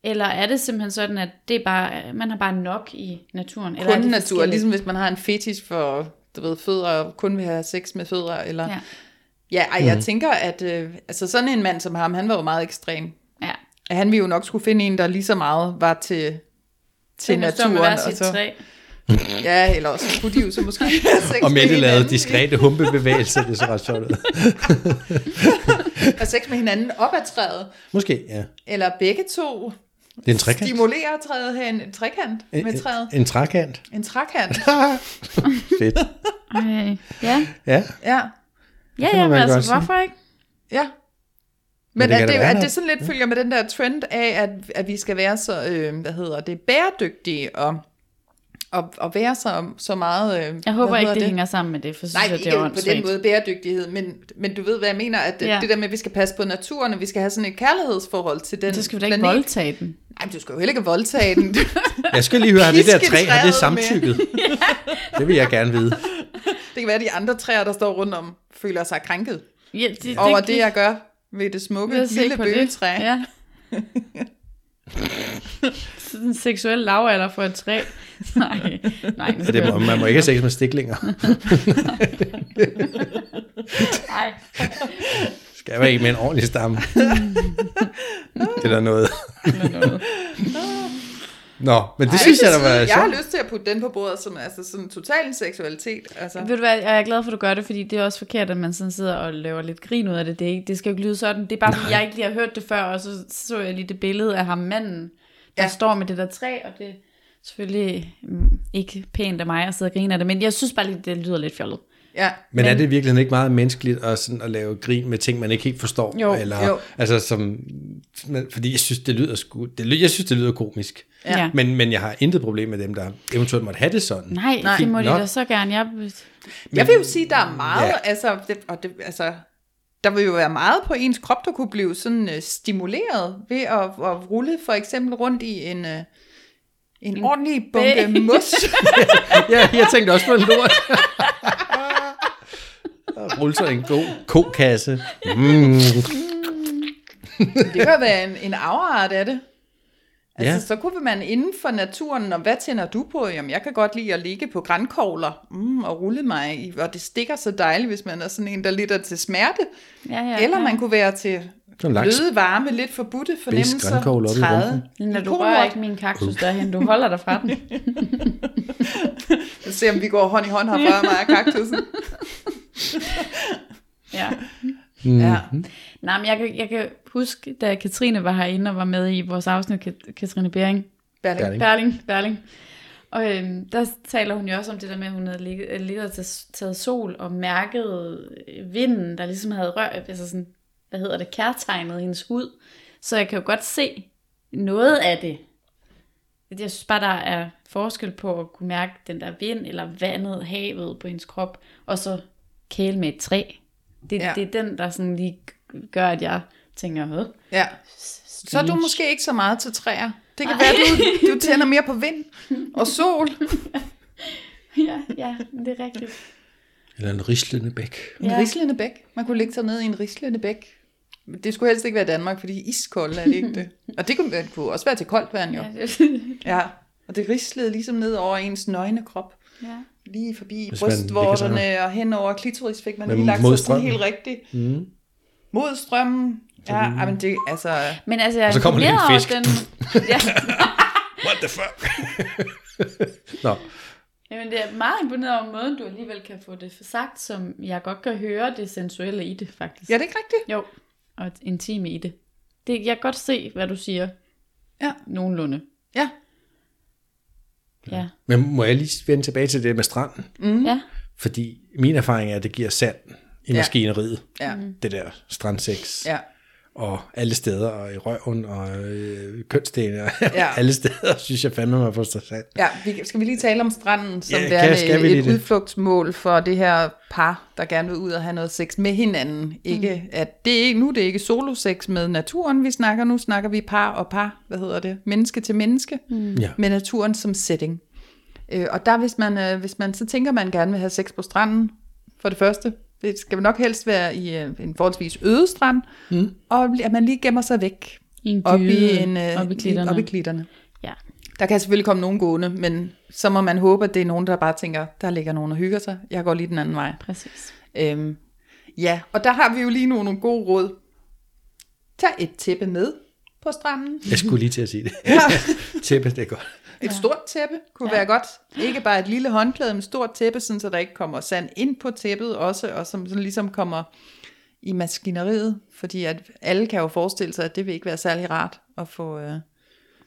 C: Eller er det simpelthen sådan, at det er bare, man har bare nok i naturen? Eller er
B: Kun
C: det
B: natur,
C: forskelligt?
B: ligesom hvis man har en fetish for du ved, fødder, og kun vil have sex med fødder. Eller... Ja.
C: Ja.
B: ja, ej,
D: Mm-hmm.
B: jeg tænker, at øh, altså sådan en mand som ham, han var jo meget ekstrem.
C: ja.
B: At Han ville jo nok skulle finde en, der lige så meget var til, til
C: Så kan
B: naturen.
C: man stå med hver
B: og
C: sit
B: så,
C: træ.
B: ja, eller også kunne de jo så
D: <laughs>
B: måske have sex
D: Og Mette lavede
B: hinanden.
D: diskrete humpebevægelser, det så ret sjovt ud.
B: Have sex med hinanden op ad træet.
D: Måske, ja.
B: Eller begge to.
D: Det er en trekant.
B: Stimulere træet her en, en trekant med træet.
D: En, en trækant.
B: En
D: <laughs>
B: trækant.
D: Fedt.
C: Ej. Øh, Ja,
D: Ja.
B: Ja,
C: ja,
D: Det må
C: ja men
D: man godt
C: altså,
D: sige.
C: hvorfor ikke?
B: ja.
D: det
B: Men, men
D: kan
B: at,
D: da
B: det,
D: være
B: at
D: noget.
B: det sådan lidt følger med den der trend af, at, at vi skal være så, øh, hvad hedder det, bæredygtige og, og, og være så, så meget... Øh,
C: Jeg håber
B: hvad
C: ikke,
B: hedder
C: det, hænger sammen med det, for så
B: Nej,
C: synes jeg,
B: ikke
C: det er
B: på den
C: åndssvagt.
B: måde bæredygtighed, men, men du ved, hvad jeg mener, at
C: Ja.
B: ja. det der med, at vi skal passe på naturen, og vi skal have sådan et kærlighedsforhold til den
C: Så skal vi da ikke
B: planet.
C: voldtage den.
B: Nej, men du skal jo heller ikke voldtage den. <laughs>
D: Jeg skal lige høre, har det der
B: Piske
D: træ, har
B: træet
D: det samtykket? Det vil jeg gerne vide.
B: det kan være, at de andre træer, der står rundt om, føler sig krænket
C: Ja, det, det,
B: over det, jeg gør ved det smukke
C: Ved at se
B: lille
C: på det.
B: bøgetræ. Ja.
C: Ja. <laughs> Sådan en seksuel lavalder for et træ. <laughs> Nej, nej. nu
D: Ja, det
C: skal
D: må,
C: jeg-
D: man må ikke have sex med stiklinger.
C: Nej.
D: Skal jeg være ikke med en ordentlig stamme? Eller noget. Nå, men det Ej, synes jeg, der var
B: jeg har
D: sjovt.
B: lyst til at putte den på bordet, som altså sådan total en seksualitet. Altså.
C: Ved du hvad, jeg er glad for, at du gør det, fordi det er også forkert, at man sådan sidder og laver lidt grin ud af det. Det, er ikke, det skal jo ikke lyde sådan. Det er bare, fordi jeg ikke lige har hørt det før, og så så jeg lige det billede af ham manden, der ja.
B: Ja.
C: står med det der træ, og det er selvfølgelig mm, ikke pænt af mig at sidde og grine af det, men jeg synes bare lige, det lyder lidt fjollet.
B: Ja.
D: Men er det i virkeligheden ikke meget menneskeligt at, sådan at lave grin med ting, man ikke helt forstår?
C: Jo,
D: eller,
B: jo.
D: Altså, som, men- fordi jeg synes, det lyder, sku, det, ly- jeg synes, det lyder komisk.
C: Ja. Ja.
D: Men, men jeg har intet problem med dem, der eventuelt måtte have det sådan.
C: Nej, Nej. det
D: Fint
C: må de
D: nok.
C: da så gerne. Jeg,
B: Jeg vil jo sige, der er meget,
D: Ja.
B: ja. altså, det, og det, altså, der vil jo være meget på ens krop, der kunne blive sådan øh, stimuleret ved at, at rulle for eksempel rundt i en, øh, en, en ordentlig bunke
C: bæ. <laughs>
B: mos.
D: <laughs> ja, jeg tænkte også på en lort. <laughs> Og rulle sig en god kokasse. Mm.
B: det kan være en, en afart af det. Altså,
D: Ja.
B: ja. så kunne man inden for naturen, og hvad tænder du på? Jamen, jeg kan godt lide at ligge på grænkogler mm, og rulle mig i, og det stikker så dejligt, hvis man er sådan en, der lider til smerte.
C: ja, ja,
B: Ja, Eller
C: ja.
B: man kunne være til
D: Sådan laks.
B: bløde, varme, lidt forbudte fornemmelser.
D: grønkogl op i
B: træde
D: rumpen.
C: Linda, du
B: i
C: rører
B: kokos.
C: ikke min kaktus derhen, du holder dig fra den.
B: Se om vi går hånd i hånd herfra, mig og
D: <laughs>
B: kaktusen.
D: Mhm.
C: Ja.
B: Ja.
C: Nej, men jeg kan, jeg kan huske, da Katrine var herinde og var med i vores afsnit, Kat- Katrine Bering,
B: Berling.
D: Berling.
C: Berling, Berling. Og øhm, der taler hun jo også om det der med, at hun havde ligget, øh, ligget og taget- taget sol og mærket øh, vinden, der ligesom havde rør, altså sådan, hvad hedder det, kærtegnet hendes hud. Så jeg kan jo godt se noget af det. Jeg synes bare, der er forskel på at kunne mærke den der vind, eller vandet, havet på hendes krop, og så kæle med et træ. Det, ja.
B: Ja.
C: det er den, der sådan lige gør, at jeg tænker, hvad?
B: Ja. Så er du måske ikke så meget til træer. Det kan være, du, du tænder mere på vind og sol.
C: Ja, <laughs> ja, det er rigtigt.
D: Eller en rislende bæk.
B: En
C: Ja.
B: ja. rislende bæk. Man kunne ligge sig ned i en rislende bæk. Men Det skulle helst ikke være Danmark, fordi iskoldt er det ikke <laughs> det. Og det kunne, det kunne også være til koldt vand jo.
C: Ja, det-
B: Ja. Og det rislede ligesom ned over ens nøgne krop.
C: ja.
B: Lige forbi
D: Hvis man ligger
B: brystvorterne og hen over klitoris fik man
D: Men
B: lige lagt
D: mod
B: sig sådan
D: strømmen.
B: helt rigtigt. Mm. Mod strømmen. Ja, ej, men det, altså,
C: Men altså, jeg
D: Og så kommer lige en
C: imponeret
D: fisk.
C: over Den, ja,
D: What the fuck? Nå,
C: jamen, det er meget imponeret over måden, du alligevel kan få det sagt, som jeg godt kan høre det sensuelle i det, faktisk.
B: ja, det er ikke rigtigt.
C: Jo, og det intime i det. det. Jeg kan godt se, hvad du siger.
B: Ja.
C: Nogenlunde.
B: Ja,
C: Ja.
D: men må jeg lige vende tilbage til det med stranden?
B: Mhm.
C: Mm. ja.
D: Fordi min erfaring er, at det giver sand i
B: Ja.
D: maskineriet.
B: Ja.
D: Det der strandsex.
B: ja.
D: Og alle steder, og i røven, og øh, kønsdelen, og <laughs>
B: Ja.
D: alle steder, synes jeg fandme, man får sig sand.
B: Ja, vi, skal vi lige tale om stranden, som
D: Ja,
B: ja,
D: kan-
B: er
D: skal vi
B: et,
D: lige
B: et
D: det?
B: udflugtsmål for det her par, der gerne vil ud og have noget sex med hinanden. Ikke, mm. at det er ikke, nu er det ikke solosex med naturen, vi snakker. Nu snakker vi par og par, hvad hedder det, menneske til menneske, mm.
D: Ja.
B: med naturen som setting. Øh, og der, hvis man, øh, hvis man så tænker, man gerne vil have sex på stranden, for det første, det skal nok helst være i øh, en forholdsvis øde strand, mm. og at man lige gemmer sig væk.
C: I en
B: Op i,
C: gyde,
B: en, øh,
C: op i klitterne.
B: Op i klitterne.
C: Ja.
B: Der kan selvfølgelig komme nogen gående, men så må man håbe, at det er nogen, der bare tænker, der ligger nogen og hygger sig. Jeg går lige den anden vej.
C: Præcis.
B: Øhm, ja, og der har vi jo lige nogle, nogle gode råd. Tag et tæppe med på stranden.
D: Jeg skulle lige til at sige det. <laughs> Tæppe, det er godt.
B: Et stort tæppe kunne
C: Ja.
B: ja. være godt. Ikke bare et lille håndklæde, men et stort tæppe, sådan, så der ikke kommer sand ind på tæppet også, og som sådan ligesom kommer i maskineriet. Fordi at alle kan jo forestille sig, at det vil ikke være særlig rart at få, øh,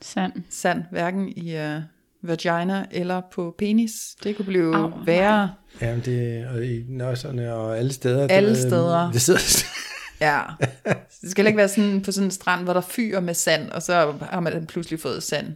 C: Sand.
B: sand, hverken i øh, vagina eller på penis. Det kunne blive
C: Au, nej.
B: Au, værre. Nej.
D: Jamen, det og i nøsserne og alle steder.
B: Alle
D: det, øh,
B: steder.
D: Det sidder
B: Ja. Det skal heller ikke være sådan på sådan en strand, hvor der fyrer med sand, og så har man pludselig fået sand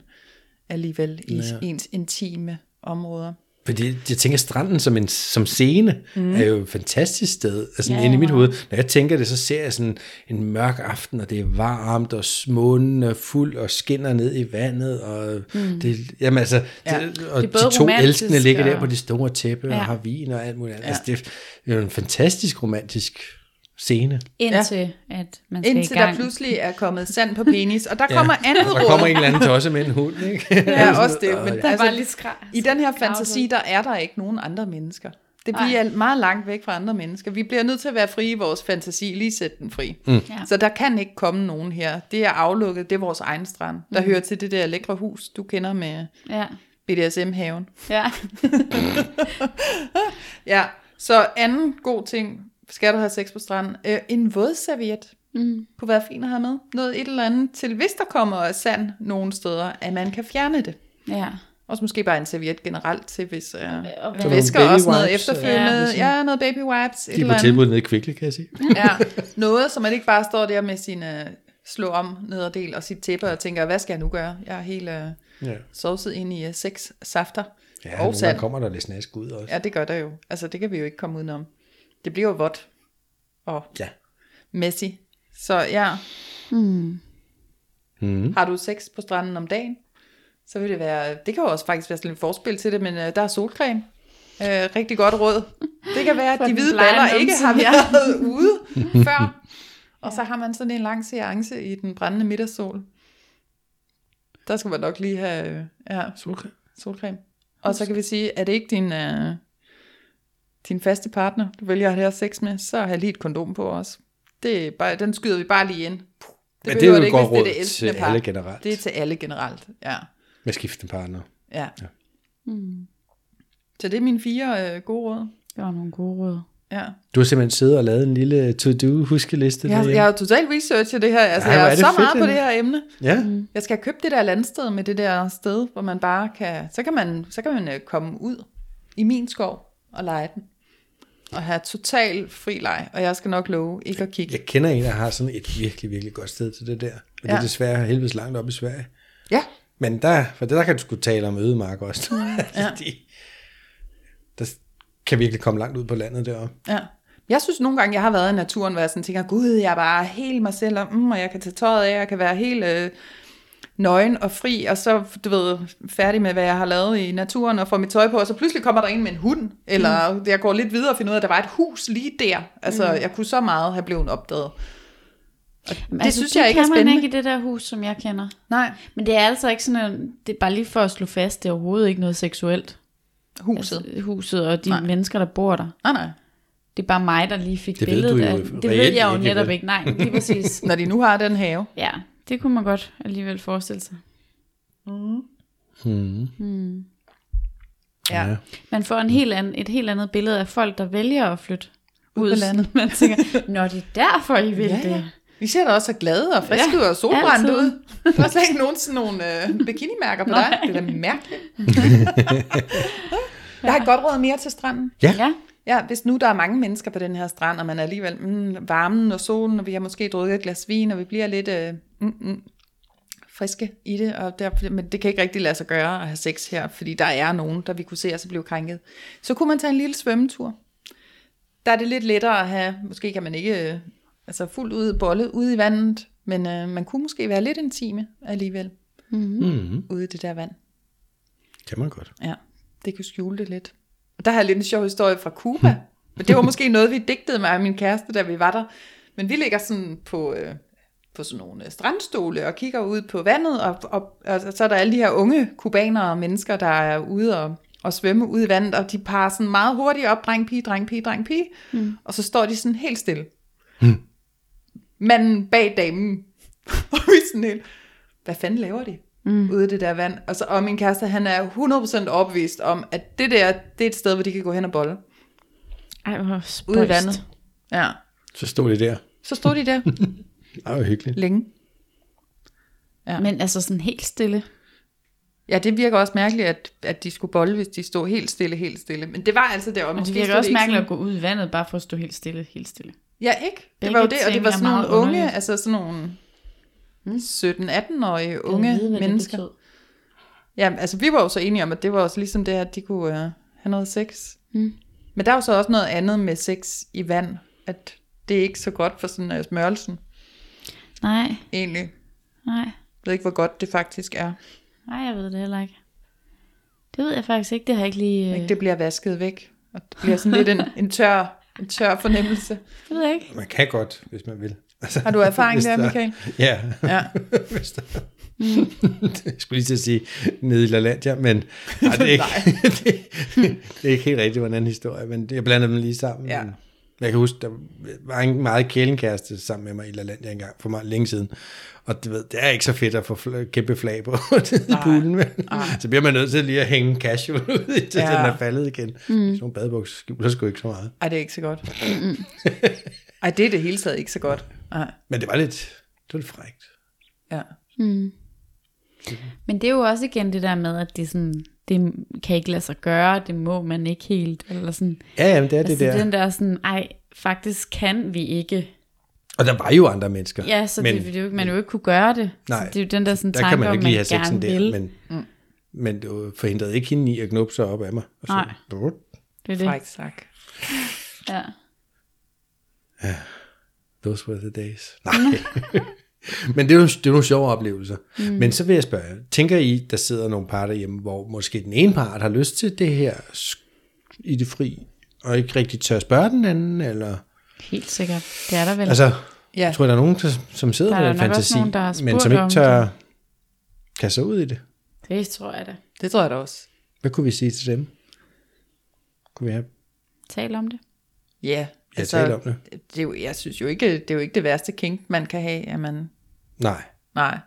B: alligevel i ja. ens intime områder.
D: Fordi jeg tænker, stranden som, en, som scene mm. er jo et fantastisk sted. Altså
C: Ja,
D: ja, inde i mit
C: ja.
D: hoved, når jeg tænker det, så ser jeg sådan en mørk aften, og det er varmt, og månen er fuld, og skinner ned i vandet, og, mm. det, jamen altså, ja. det, og
C: Det er
D: det
C: både
D: de to
C: romantisk
D: elskende ligger
C: og-
D: der på det store tæppe, ja.
C: Ja.
D: og har vin og alt muligt andet. Ja. Altså, det er jo en fantastisk romantisk scene.
C: Indtil, ja. at man skal
B: Indtil
C: i gang.
B: der pludselig er kommet sand på penis, og der kommer andet
D: Der kommer
B: råd.
D: en eller anden tosse med en hund, ikke?
B: Ja, også det. Men
C: Der er
B: altså,
C: bare lidt skræ.
B: I den her
C: skravet.
B: fantasi, der er der ikke nogen andre mennesker. Det, vi
C: Nej.
B: er meget langt væk fra andre mennesker. Vi bliver nødt til at være frie i vores fantasi, lige sætte den fri. Mm.
C: Ja.
B: Så der kan ikke komme nogen her. Det er aflukket, det er vores egen strand, der
C: Mm.
B: hører til det der lækre hus, du kender med
C: Ja.
B: BDSM-haven.
C: ja.
B: Ja, så anden god ting, skal du have sex på stranden, øh, en vådserviet
C: Mm.
B: kunne være fint at have med. Noget et eller andet til, hvis der kommer sand nogle steder, at man kan fjerne det.
C: ja.
B: Også måske bare en serviet generelt til, hvis øh,
C: Og
D: Så
C: hvad-
D: nogle
B: væsker og også noget
D: babywipes,
B: efterfølgende.
D: øh,
B: Ja,
D: sådan.
B: noget baby wipes. et
D: De er
B: eller
D: på
B: andet.
D: tilbud nede i Kvickly, kan jeg sige.
B: Ja, <laughs> noget, så man ikke bare står der med sin øh, slå om nederdel og sit tæppe og tænker, hvad skal jeg nu gøre? Jeg er helt øh,
D: Ja.
B: sovset ind i øh, seks safter
D: Ja,
B: og
D: nogle gange
B: sand.
D: kommer der lidt snask ud også.
B: Ja, det gør der jo. Altså, det kan vi jo ikke komme udenom. Det bliver jo vådt og
D: Ja.
B: messy. Så ja,
C: Mm.
D: Mm.
B: har du sex på stranden om dagen, så vil det være, det kan jo også faktisk være sådan et forspil til det, men øh, der er solcreme. Øh, rigtig godt råd. Det kan være,
C: <laughs> For
B: at de
C: den
B: hvide
C: blege
B: baller ikke
C: numse,
B: har
C: ja. <laughs>
B: været ude før. Og så har man sådan en lang seance i den brændende middagssol. Der skal man nok lige have øh, ja,
D: Solcreme.
B: solcreme. Og så kan vi sige, at det ikke din, øh, din faste partner, du vælger at have sex med, så har lige et kondom på også. Det er bare, den skyder vi bare lige ind. Puh,
D: Det Men det er
B: behøver
D: jo et
B: ikke,
D: godt
B: hvis
D: råd
B: det er det
D: til
B: elskende par.
D: alle generelt.
B: Det er til alle generelt, ja.
D: Med skiftende partner.
B: ja. Hmm.
C: Mm.
B: Så det er mine fire øh, gode råd.
C: Det var nogle gode råd.
B: Ja.
D: Du har simpelthen siddet og lavet en lille to-do-huskeliste.
B: Jeg, har, jeg har jo totalt researchet det her. Altså,
D: Ej,
B: Ej,
D: hvor
B: jeg
D: er
B: er
D: det
B: så
D: fedt,
B: meget på
D: Anne.
B: det her emne.
D: ja.
B: Jeg skal have købt det der landsted med det der sted, hvor man bare kan... Så kan man, så kan man øh, komme ud i min skov og lege den. Og have total fri leg. Og jeg skal nok love ikke at kigge.
D: Jeg kender en, der har sådan et virkelig, virkelig godt sted til det der. Og ja. det er
B: Ja.
D: desværre helvedes langt op i Sverige.
B: Ja,
D: Men der, for der kan du sgu tale om ødemark også. <laughs> ja. de, der kan virkelig komme langt ud på landet deroppe.
B: ja. Jeg synes nogle gange, jeg har været i naturen, hvor jeg sådan tænker, gud, jeg er bare helt mig selv, og, mm, og jeg kan tage tøjet af, jeg kan være helt øh, nøgen og fri, og så, du ved, færdig med, hvad jeg har lavet i naturen, og får mit tøj på, og så pludselig kommer der en med en hund, eller mm. jeg går lidt videre og finder ud af, at der var et hus lige der. Altså, mm. jeg kunne så meget have blevet opdaget.
C: Jamen,
B: Det synes jeg ikke er
C: kan man
B: spændende.
C: ikke i det der hus, som jeg kender.
B: Nej.
C: Men det er altså ikke sådan, at, det er bare lige for at slå fast, det er overhovedet ikke noget seksuelt.
B: Huset. Altså,
C: Altså, huset og de
B: Nej.
C: Nej. mennesker, der bor der.
B: Altså, nej, nej.
C: Det er bare mig, der lige fik
D: Det ved
C: billedet
D: du jo
C: af.
D: reelt
C: Det ved jeg jo
D: ikke,
C: netop
D: vel?
C: ikke. Nej, lige
B: <laughs>
C: præcis.
B: Når de nu har den have.
C: Ja, det kunne man godt alligevel forestille sig.
B: Ja. ja.
C: Man får en helt anden, et helt andet billede af folk, der vælger at flytte ud.
B: på landet.
C: <laughs> Man
B: <laughs>
C: tænker, nå, det er derfor, I vil
B: Ja,
C: ja, det.
B: ja. Vi ser da også så glade og friske
C: Ja,
B: ja, og solbrændte
C: altid.
B: ud. Der er slet ikke nogen sådan nogle øh, bikinimærker på dig. Det er da <laughs> mærkeligt. Jeg har et godt råd mere til stranden.
C: Ja,
B: Ja, hvis nu der er mange mennesker på den her strand, og man er alligevel mm, varmen og solen, og vi har måske drukket et glas vin, og vi bliver lidt øh, mm, mm, friske i det, og der, men det kan ikke rigtig lade sig gøre at have sex her, fordi der er nogen, der vi kunne se os blive krænket. Så kunne man tage en lille svømmetur. Der er det lidt lettere at have, måske kan man ikke øh, altså fuldt ud bolle ude i vandet, men øh, man kunne måske være lidt intime alligevel
D: Mm-hmm.
B: ude i det der vand.
D: Kan man godt.
B: Ja, det kunne skjule det lidt. Og der har jeg lidt en sjov historie fra Cuba. Men det var måske <laughs> noget, vi digtede mig og min kæreste, da vi var der. Men vi ligger sådan på, øh, på sådan nogle øh, strandstole og kigger ud på vandet, og, og, og så er der alle de her unge kubanere og mennesker, der er ude og, og svømme ud i vandet, og de parer sådan meget hurtigt op, dreng, pige, dreng, pige, dreng, pige, mm. og så står de sådan helt stille. Mm. Manden bag damen, <laughs> og vi er sådan helt, hvad fanden laver de mm. ude i det der vand? Og, så, og min kæreste, han er 100% opvist om, at det der, det er et sted, hvor de kan gå hen og bolle.
C: Ej, hvor
B: Ude i
C: spøjst.
B: vandet. Ja.
D: Så stod det der.
C: <laughs>
B: Så stod de der
D: Det var hyggeligt.
B: længe. Ja.
C: Men altså sådan helt stille.
B: Ja, det virker også mærkeligt, at, at de skulle bolle, hvis de stod helt stille, helt stille. Men det var altså der, og
C: Men
B: måske
C: det
B: stod
C: virker også
B: ikke
C: mærkeligt at
B: sådan-
C: gå ud i vandet, bare for at stå helt stille, helt stille.
B: Ja, ikke? Det var jo det, og det
C: Begge
B: var
C: ting
B: sådan
C: er
B: nogle
C: meget
B: unge,
C: underligt. Mm.
B: altså sådan nogle 17-18-årige unge mennesker. Ja, altså vi var jo så enige om, at det var også ligesom det her, at de kunne øh, have noget sex.
C: Mm.
B: Men der er jo så også noget andet med sex i vand, at det er ikke så godt for sådan uh, smørelsen,
C: Nej,
B: egentlig.
C: nej.
B: Jeg ved ikke, hvor godt det faktisk er.
C: Nej, jeg ved det heller ikke. Det ved jeg faktisk ikke. Det har jeg ikke lige...
B: Øh.
C: øh,
B: Ikke, det bliver vasket væk, og det bliver sådan lidt en, en, tør, en tør fornemmelse.
C: Det ved jeg ikke.
D: Man kan godt, hvis man vil. Altså,
B: Har du erfaring
D: hvis
B: der,
D: der-
B: Michael?
D: ja,
B: Ja.
D: <laughs> hvis der... jeg skulle lige til at sige, nede i LaLandia, men nej, det, er ikke, det, <laughs> det er ikke helt rigtigt, det var en anden historie, men jeg blandede dem lige sammen.
B: Ja.
D: Men Jeg kan huske, der var en meget kælenkæreste sammen med mig i LaLandia engang, for meget længe siden, og du ved, det er ikke så fedt at få fl- kæmpe flag på <laughs> i poolen, men, så bliver man nødt til lige at hænge casual <laughs> ud, til
B: Ja.
D: ja. den er faldet igen. Mm. Sådan nogle badebukser skjuler sgu ikke så meget.
B: Ej, det er ikke så godt.
D: <laughs>
B: Ej, det er det hele taget ikke så godt. Ej,
D: Men det var lidt, det var lidt frækt.
B: ja.
C: Men det er jo også igen det der med, at det, er sådan, det kan ikke lade sig gøre, det må man ikke helt, eller sådan.
D: Ja, jamen, det er
C: altså,
D: det der.
C: den der sådan, ej, faktisk kan vi ikke.
D: Og der var jo andre mennesker.
C: Ja, så men, det, ville jo ikke, man jo ikke kunne gøre det.
D: Nej,
C: så det er jo den der sådan
D: der
C: tanke,
D: kan man jo
C: om,
D: ikke lige have
C: man
D: sexen
C: gerne vil.
D: der, men, mm. men du forhindrede ikke hende i at knuppe sig op af mig. Og så,
C: Nej.
D: Brut.
C: det er det.
B: Frækt sagt.
C: Ja.
D: Those were the days. Nej. <laughs> men det er, jo, det er nogle sjove oplevelser. Mm. Men så vil jeg spørge, tænker I, der sidder nogle par derhjemme, hvor måske den ene part har lyst til det her sk- i det fri, og ikke rigtig tør spørge den anden, eller...
C: Helt sikkert. Det er der vel. Altså,
D: Altså,
B: Ja.
D: jeg tror, der er nogen, der, som sidder
C: Der er
D: med
C: der
D: en
C: nok også
D: fantasi,
C: nogen, der har
D: men
C: spurgt
D: som ikke
C: om
D: tør kaste sig ud i det.
C: det tror jeg da.
B: Det tror jeg da også.
D: Hvad kunne vi sige til dem? Kunne vi have
C: Tal om det.
B: Ja, altså,
D: Ja, tale om det.
B: det er jo, jeg synes jo ikke, det er jo ikke det værste kink, man kan have, at man,
D: Nej.
B: nej.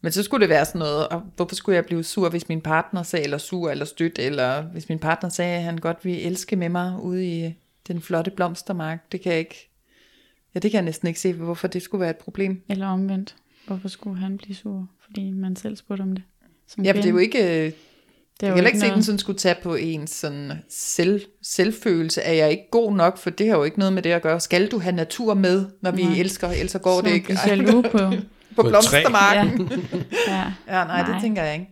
B: Men så skulle det være sådan noget, og hvorfor skulle jeg blive sur, hvis min partner sagde, eller sur, eller stødt, eller hvis min partner sagde, at han godt ville elske med mig ude i den flotte blomstermark, det kan jeg ikke, ja, det kan jeg næsten ikke se, hvorfor det skulle være et problem.
C: Eller omvendt. Hvorfor skulle han blive sur? Fordi man selv spurgte om det. Som
B: Ja, for det er jo
C: kvinde.
B: ikke, jeg
C: det
B: kan heller ikke se, at den sådan skulle tage på en sådan selv, selvfølelse, er jeg ikke god nok, for det har jo ikke noget med det at gøre. Skal du have natur med, når vi
C: Nej.
B: elsker, ellers så går
C: Som
B: det ikke.
C: de jaloux
B: <laughs> på
C: på.
D: På et træ.
B: blomstermarken.
C: ja. ja.
B: Ja, nej, nej, det
C: Nej.
B: tænker jeg ikke.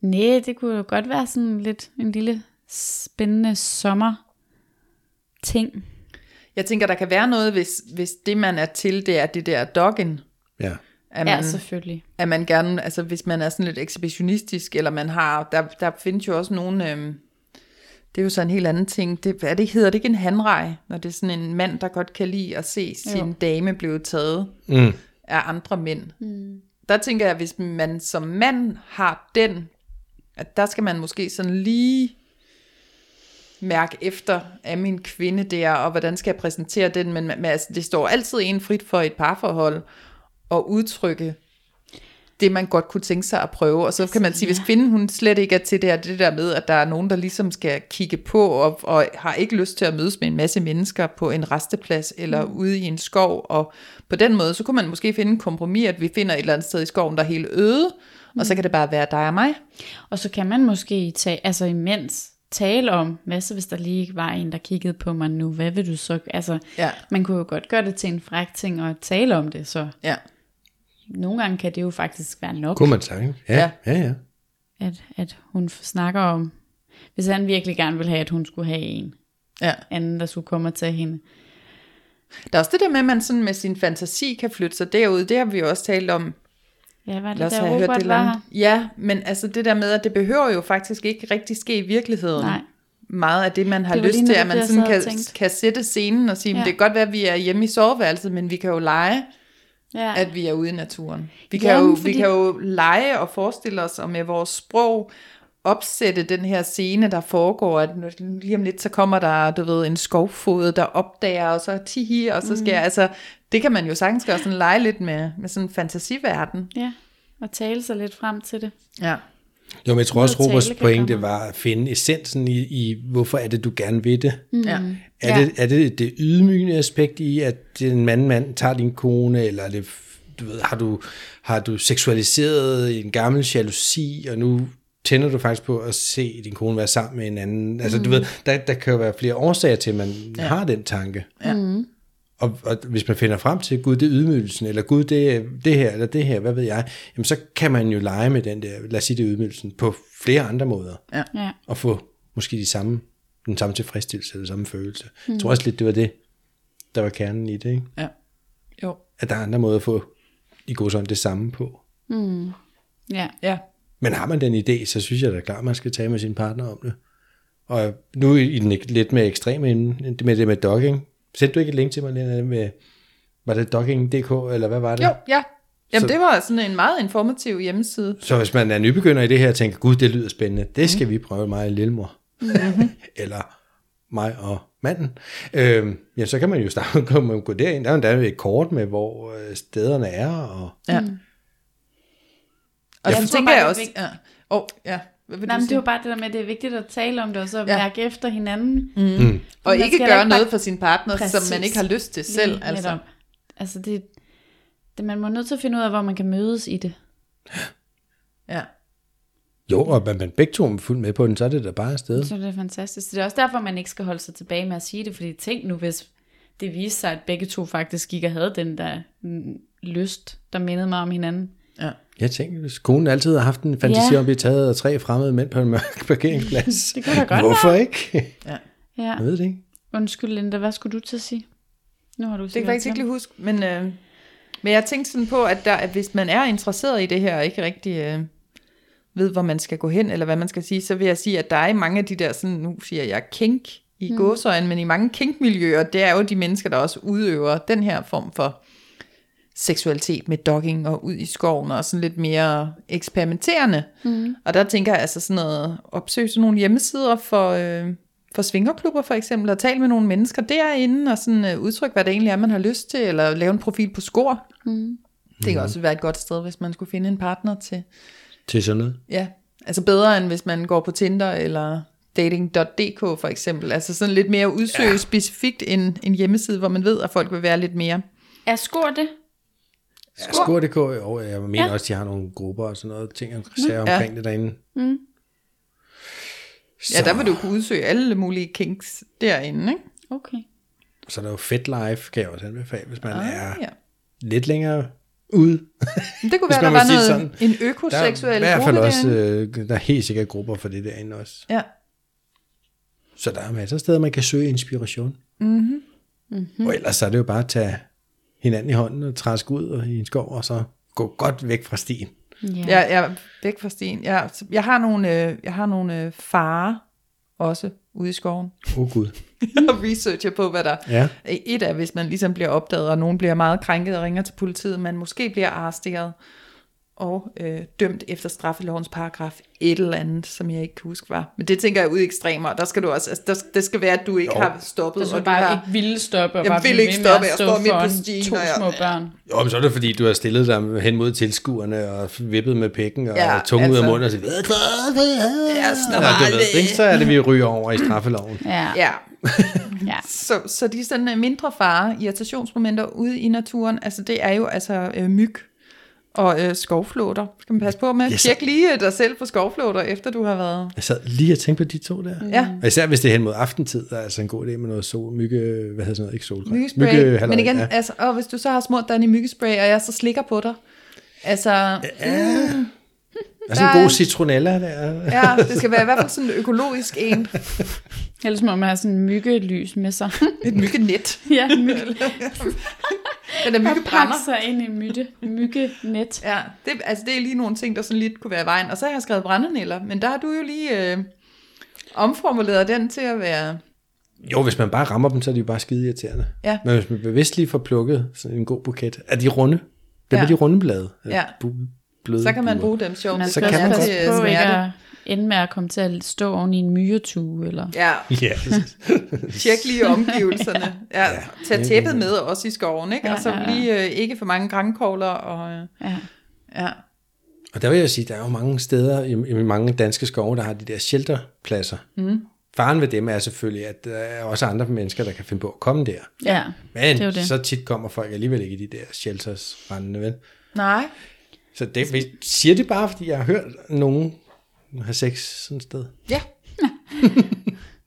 C: Nej, det kunne jo godt være sådan lidt en lille spændende sommer ting.
B: Jeg tænker, der kan være noget, hvis, hvis det, man er til, det er det der doggen.
D: Ja.
B: At man,
C: Ja,
B: altså.
C: selvfølgelig.
B: at man gerne, altså hvis man er sådan lidt ekshibitionistisk, eller man har, der, der findes jo også nogle, øhm, det er jo så en helt anden ting, det, hvad er det, hedder det ikke en handrej, når det er sådan en mand, der godt kan lide at se sin dame blive taget
D: Mm.
B: af andre mænd. Mm. Der tænker jeg, hvis man som mand har den, at der skal man måske sådan lige mærke efter af min kvinde der, og hvordan skal jeg præsentere den, men, men altså, det står altid en frit for i et parforhold at udtrykke det, man godt kunne tænke sig at prøve. Og så kan man sige, hvis kvinden hun slet ikke er til det her, det der med, at der er nogen, der ligesom skal kigge på og, og har ikke lyst til at mødes med en masse mennesker på en resteplads eller mm. ude i en skov. Og på den måde, så kunne man måske finde en kompromis, at vi finder et eller andet sted i skoven, der er helt øde, mm. og så kan det bare være dig og mig.
C: Og så kan man måske tage, altså imens tale om, hvad så hvis der lige ikke var en, der kiggede på mig nu, hvad vil du så, altså
B: Ja.
C: man kunne jo godt gøre det til en fræk ting og tale om det, så
B: Ja.
C: nogle gange kan det jo faktisk være nok.
D: Kunne man sagtens. Ja,
B: Ja.
D: ja, ja. ja.
C: at, at hun f- snakker om, hvis han virkelig gerne ville have, at hun skulle have en
B: ja.
C: anden, der skulle komme og tage hende.
B: Der er også det der med, at man sådan med sin fantasi kan flytte sig derud. Det har vi jo også talt om
C: Ja, var det
B: Lad os
C: der
B: have hørt
C: Robert
B: det
C: var
B: langt.
C: her?
B: Ja, men altså det der med, at det behøver jo faktisk ikke rigtig ske i virkeligheden.
C: Nej.
B: Meget af det, man har
C: Det
B: det
C: var
B: lyst
C: lige
B: til,
C: netop
B: at man
C: det, jeg
B: sådan
C: sad og
B: kan,
C: tænkte.
B: kan sætte scenen og sige, ja.
C: Ja.
B: det kan godt være, at vi er hjemme i soveværelset, men vi kan jo lege,
C: Ja.
B: at vi er ude i naturen. Vi kan,
C: Jamen,
B: jo, vi
C: fordi-
B: kan jo lege og forestille os, og med vores sprog opsætte den her scene, der foregår, at nu- lige om lidt, så kommer der, du ved, en skovfod, der opdager, og så tihi, og så skal mm. altså, det kan man jo sagtens gøre, sådan lege lidt med, med sådan en fantasiverden.
C: ja, og tale sig lidt frem til det.
B: Ja.
D: Jo, men jeg tror også,
C: Noget
D: Roberts
C: tale kan
D: pointe
C: komme.
D: var at finde essensen i, i, hvorfor er det, du gerne vil det. Mm.
B: ja.
D: Er, det er det det ydmygende aspekt i, at det er en mand, mand tager din kone, eller er det f- du ved, har du, har du seksualiseret en gammel jalousi, og nu tænder du faktisk på at se din kone være sammen med en anden. Altså, du ved, der, der kan jo være flere årsager til, at man ja. har den tanke. Ja. Og, og hvis man finder frem til, gud, det er ydmygelsen, eller gud, det er det her, eller det her, hvad ved jeg, jamen så kan man jo lege med den der, lad os sige det er ydmygelsen, på flere andre måder,
C: Ja.
D: og få måske de samme, den samme tilfredsstillelse, eller samme følelse. Mm. Jeg tror også lidt, det var det, der var kernen i det, ikke?
B: Ja. Jo.
D: At der er andre måder at få i god sådan det samme på.
C: Ja.
B: Ja.
D: Men har man den idé, så synes jeg da klart, man skal tale med sin partner om det. Og nu i den ek- lidt mere ekstreme ende, med det med dogging. Sendte du ikke et link til mig, Lena, med, var det dogging.dk, eller hvad var det?
B: Jo, ja. Jamen,
D: Så-
B: så... det var sådan en meget informativ hjemmeside.
D: Så hvis man er nybegynder i det her og tænker, gud, det lyder spændende, det
C: Mm.
D: skal vi prøve mig og lillemor.
C: Mm-hmm.
D: <laughs> Eller mig og manden. Øhm, ja, så kan man jo starte kan man gå derind. Der er jo endda et kort med, hvor øh, stederne er. Og,
B: Ja. Mm. Og
C: Jeg
B: så
C: tror
B: tænker
C: bare,
B: jeg
C: det er
B: også...
C: vigtigt.
B: Ja. Oh, ja. Hvad vil
C: Nej,
B: du
C: men det
B: sige?
C: var bare det der med, at det er vigtigt at tale om det, og så ja.
B: Ja.
C: mærke efter hinanden.
B: Og
C: Man
B: ikke
C: skal da
B: gøre noget
C: ikke bare-
B: for sin partner, Præcis. som man
C: Præcis.
B: ikke har lyst til selv. Altså.
C: Netop. Altså det, det, man må nødt til at finde ud af, hvor man kan mødes i det.
B: Mm. Ja.
D: jo, og man, man begge to er fuldt med på den, så er det da bare afsted.
C: Så det er fantastisk. Det er også derfor, man ikke skal holde sig tilbage med at sige det, fordi tænk nu, hvis det viste sig, at begge to faktisk gik og havde den der mm, lyst, der mindede mig om hinanden.
B: ja.
D: Jeg tænker, hvis konen altid har haft en fantasi ja.
C: Ja.
D: om at blive taget af tre fremmede mænd på en mørk <laughs> parkeringsplads.
C: Det kan da godt
D: Hvorfor ikke?
C: Ja.
B: Mm.
D: Jeg ved det ikke.
C: Undskyld, Linda, hvad skulle du til at sige? Nu har du
B: Det kan jeg faktisk ikke lige huske, men, øh, men jeg tænkte sådan på, at, der, at hvis man er interesseret i det her, og ikke rigtig øh, ved, hvor man skal gå hen, eller hvad man skal sige, så vil jeg sige, at der er i mange af de der, sådan, nu siger jeg kink i mm. gåsøjen, men i mange kinkmiljøer, det er jo de mennesker, der også udøver den her form for seksualitet med dogging og ud i skoven og sådan lidt mere eksperimenterende. Mm. Og der tænker jeg altså sådan noget, opsøg sådan nogle hjemmesider for, øh, for svingerklubber for eksempel, og tale med nogle mennesker derinde og sådan øh, udtrykke, hvad det egentlig er, man har lyst til, eller lave en profil på skor. Mm. Det kan også være et godt sted, hvis man skulle finde en partner til.
D: Til sådan noget.
B: Ja, altså bedre end hvis man går på Tinder eller dating.dk for eksempel. Altså sådan lidt mere udsøge ja. specifikt en, en hjemmeside, hvor man ved, at folk vil være lidt mere.
C: Er skor det?
D: Ja, Skur.dk, jo, jeg mener ja. også, de har nogle grupper og sådan noget, ting og
C: Mm-hmm.
D: sager omkring ja. det derinde. Mm. Så,
B: Ja, der vil du kunne udsøge alle mulige kinks derinde, ikke?
C: Okay.
D: så er der jo Fit Life, kan jeg også anbefale, hvis man ah, er ja.
B: ja.
D: lidt længere ude.
B: Men Det kunne
D: Hvis
B: være, der
D: man må
B: var
D: sige
B: noget,
D: sådan.
B: en
D: Der er i
B: økoseksuel
D: hvert fald
B: gruppe
D: også,
B: derinde.
D: øh, der er helt sikkert grupper for det derinde også.
B: Ja,
D: Så der er masser af steder, man kan søge inspiration. Mm-hmm. Mm-hmm. Og ellers så er det jo bare at tage hinanden i hånden og træske ud og i en skov, og så gå godt væk fra stien.
B: ja, ja, væk fra stien. Ja, så jeg har nogle, øh, jeg har nogle øh, farer også ude i
D: <laughs>
B: skoven.
D: Åh oh, gud.
B: og researcher på, hvad der
D: Ja.
B: Et er, hvis man ligesom bliver opdaget, og nogen bliver meget krænket og ringer til politiet, man måske bliver arresteret og øh, dømt efter straffelovens paragraf et eller andet, som jeg ikke kan huske var. Men det tænker jeg er ude i ekstremer, og der skal du også, altså, der, det skal være, at du ikke jo. har stoppet,
C: Altså,
B: og
C: du
B: du
C: bare
B: har,
C: ikke ville stoppe, og
B: Jeg
C: bare
B: vil
C: blive
B: ikke
C: ved med at
B: stoppe, jeg
C: stå
B: står midt på
C: foran
B: stigen,
C: to
B: og jeg-
C: små børn.
D: Jo, men så er det fordi, du har stillet dig hen mod tilskuerne og vippet med pikken og ja,
B: Ja,
D: tungen altså. ud af
B: altså.
D: munden og sagt, "Hvad er det?"
B: Ja,
D: Nå, du ved, ikke? så er det, vi ryger over i straffeloven.
C: Ja.
B: øh, Ja,
C: ja.
B: så, så de sådan øh, mindre fare, irritationsmomenter ude i naturen, altså det er jo altså øh, myg og øh, skovflåter. Skal man passe på med?
D: Yes.
B: Tjek lige øh, dig selv på skovflåter, efter du har været.
D: Jeg sad lige og tænkte på de to der.
B: Ja.
D: Og især hvis det er hen mod aftentid, der er altså en god idé med noget sol, mygge, hvad hedder sådan noget, ikke solgræn.
B: Myggespray.
D: Myggehalløj,
B: men igen,
D: ja.
B: ja. altså, og hvis du så har smurt dig ind i myggespray, og jeg så slikker på dig. Altså,
D: Og sådan en god citronella der.
B: ja, det skal være i hvert fald sådan en økologisk en.
C: Ellers må man have sådan en myggelys med <laughs> sig.
B: Et myggenet.
C: ja, en mygge.
B: Den er
C: Pakke
B: myggebrænder.
C: sig ind i mytte, myggenet.
B: Ja, det, altså det er lige nogle ting, der sådan lidt kunne være i vejen. Og så har jeg skrevet brændenælder, men der har du jo lige øh, omformuleret den til at være...
D: Jo, hvis man bare rammer dem, så er de jo bare skide irriterende.
B: Ja.
D: Men hvis man bevidst lige får plukket sådan en god buket, er de runde. Det er
B: Ja.
D: de runde blade. eller
B: Ja.
D: bu- bløde
B: Så kan man
D: buer.
B: bruge dem sjovt.
C: Man øh,
B: hvis
D: Så
C: skal
B: det
C: også
D: kan man
B: er
C: passe
B: til
C: på
B: smerte.
C: ikke at ende med at komme til at stå oven i en myretue. Eller...
B: Ja,
D: Ja,
B: tjek
C: <laughs>
B: lige omgivelserne. Ja, tag tæppet med også i skoven, ikke? Og så
C: Ja, ja, ja.
B: lige øh, ikke for mange grankogler og... Øh,
C: Ja.
B: ja.
D: Og der vil jeg sige, der er jo mange steder i, i mange danske skove, der har de der shelterpladser. Mm. Faren ved dem er selvfølgelig, at der er også andre mennesker, der kan finde på at komme der.
C: Ja,
D: Men
C: det er jo det.
D: så tit kommer folk alligevel ikke i de der shelters rendende, vel?
B: Nej.
D: Så det, vi siger det bare, fordi jeg har hørt nogen have sex sådan et sted.
B: Ja.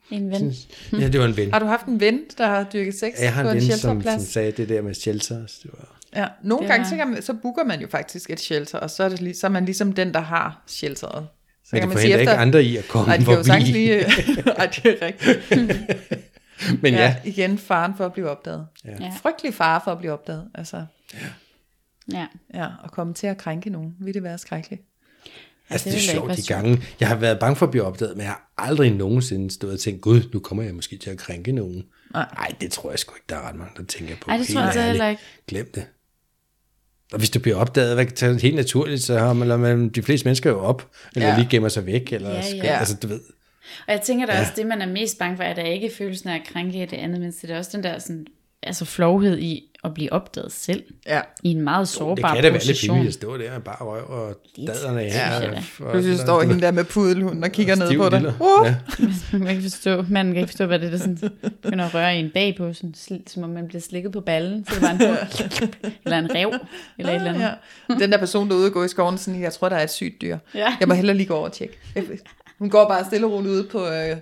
C: En ven.
D: Ja, det var en ven.
B: Har du haft en ven, der har dyrket sex
D: Jeg har
B: på
D: en
B: en
D: ven, som, som
B: shelterplads?
D: sagde det der med shelters. Det var,
B: Ja, nogle
C: Det
B: gange
C: er-
B: så, kan man, så booker man jo faktisk et shelter, og så er, det lige, så er man ligesom den, der har shelteret. Så
D: men
B: kan
D: det
B: man sige
D: forhindrer ikke andre i at komme
B: Nej, de kan jo
D: forbi.
B: sagtens lige... øh, <laughs> Ej, det er rigtigt.
D: <laughs> Men
B: Ja.
D: ja,
B: ja, igen faren for at blive opdaget.
C: Ja.
B: Frygtelig fare for at blive opdaget. Altså,
C: Ja.
B: ja, at komme til at krænke nogen, vil det være skrækkeligt.
D: Altså,
C: det
D: det,
C: ville da ikke
D: er sjovt
C: være
D: de
C: sjovt.
D: gange. Jeg har været bange for at blive opdaget, men jeg har aldrig nogensinde stået og tænkt, gud, nu kommer jeg måske til at krænke nogen.
B: Nej.
D: Nej, det tror jeg sgu ikke, der er ret mange, der tænker på.
C: Ej, det tror jeg
D: Helt
C: altså heller
D: ærligt.
C: ikke.
D: Glem det. Og hvis du bliver opdaget, hvad kan tage helt naturligt, så har man, man de fleste mennesker jo op, eller
B: Ja.
D: ja. lige gemmer sig væk, eller
C: Ja,
D: ja, ja.
B: ja.
D: altså du ved.
C: Og jeg tænker da også, det man er mest bange for, er da ikke følelsen af at krænke det andet menneske. Det er også den der sådan, altså flovhed i at blive opdaget selv.
B: Ja.
C: I en meget
D: det
C: sårbar
D: kan da være lidt
C: position.
D: pinligt at stå der med bare røv og daderne i
C: synes jeg
D: her.
C: da.
B: Pludselig står hende der med pudelhunden og kigger ned på dig. Uh!
D: Ja.
C: <laughs> Man kan ikke forstå, manden kan ikke forstå, hvad det er, der sådan, begynder at røre i en bag på, sådan, sl- som om man bliver slikket på ballen, så det var en hund, eller en rev, eller et eller andet.
B: Ja. Den der person, der er ude og gå i skoven, sådan, jeg tror, der er et sygt dyr.
C: Ja.
B: Jeg må hellere lige gå over og tjekke. Hun går bare stille og roligt ude på, øh,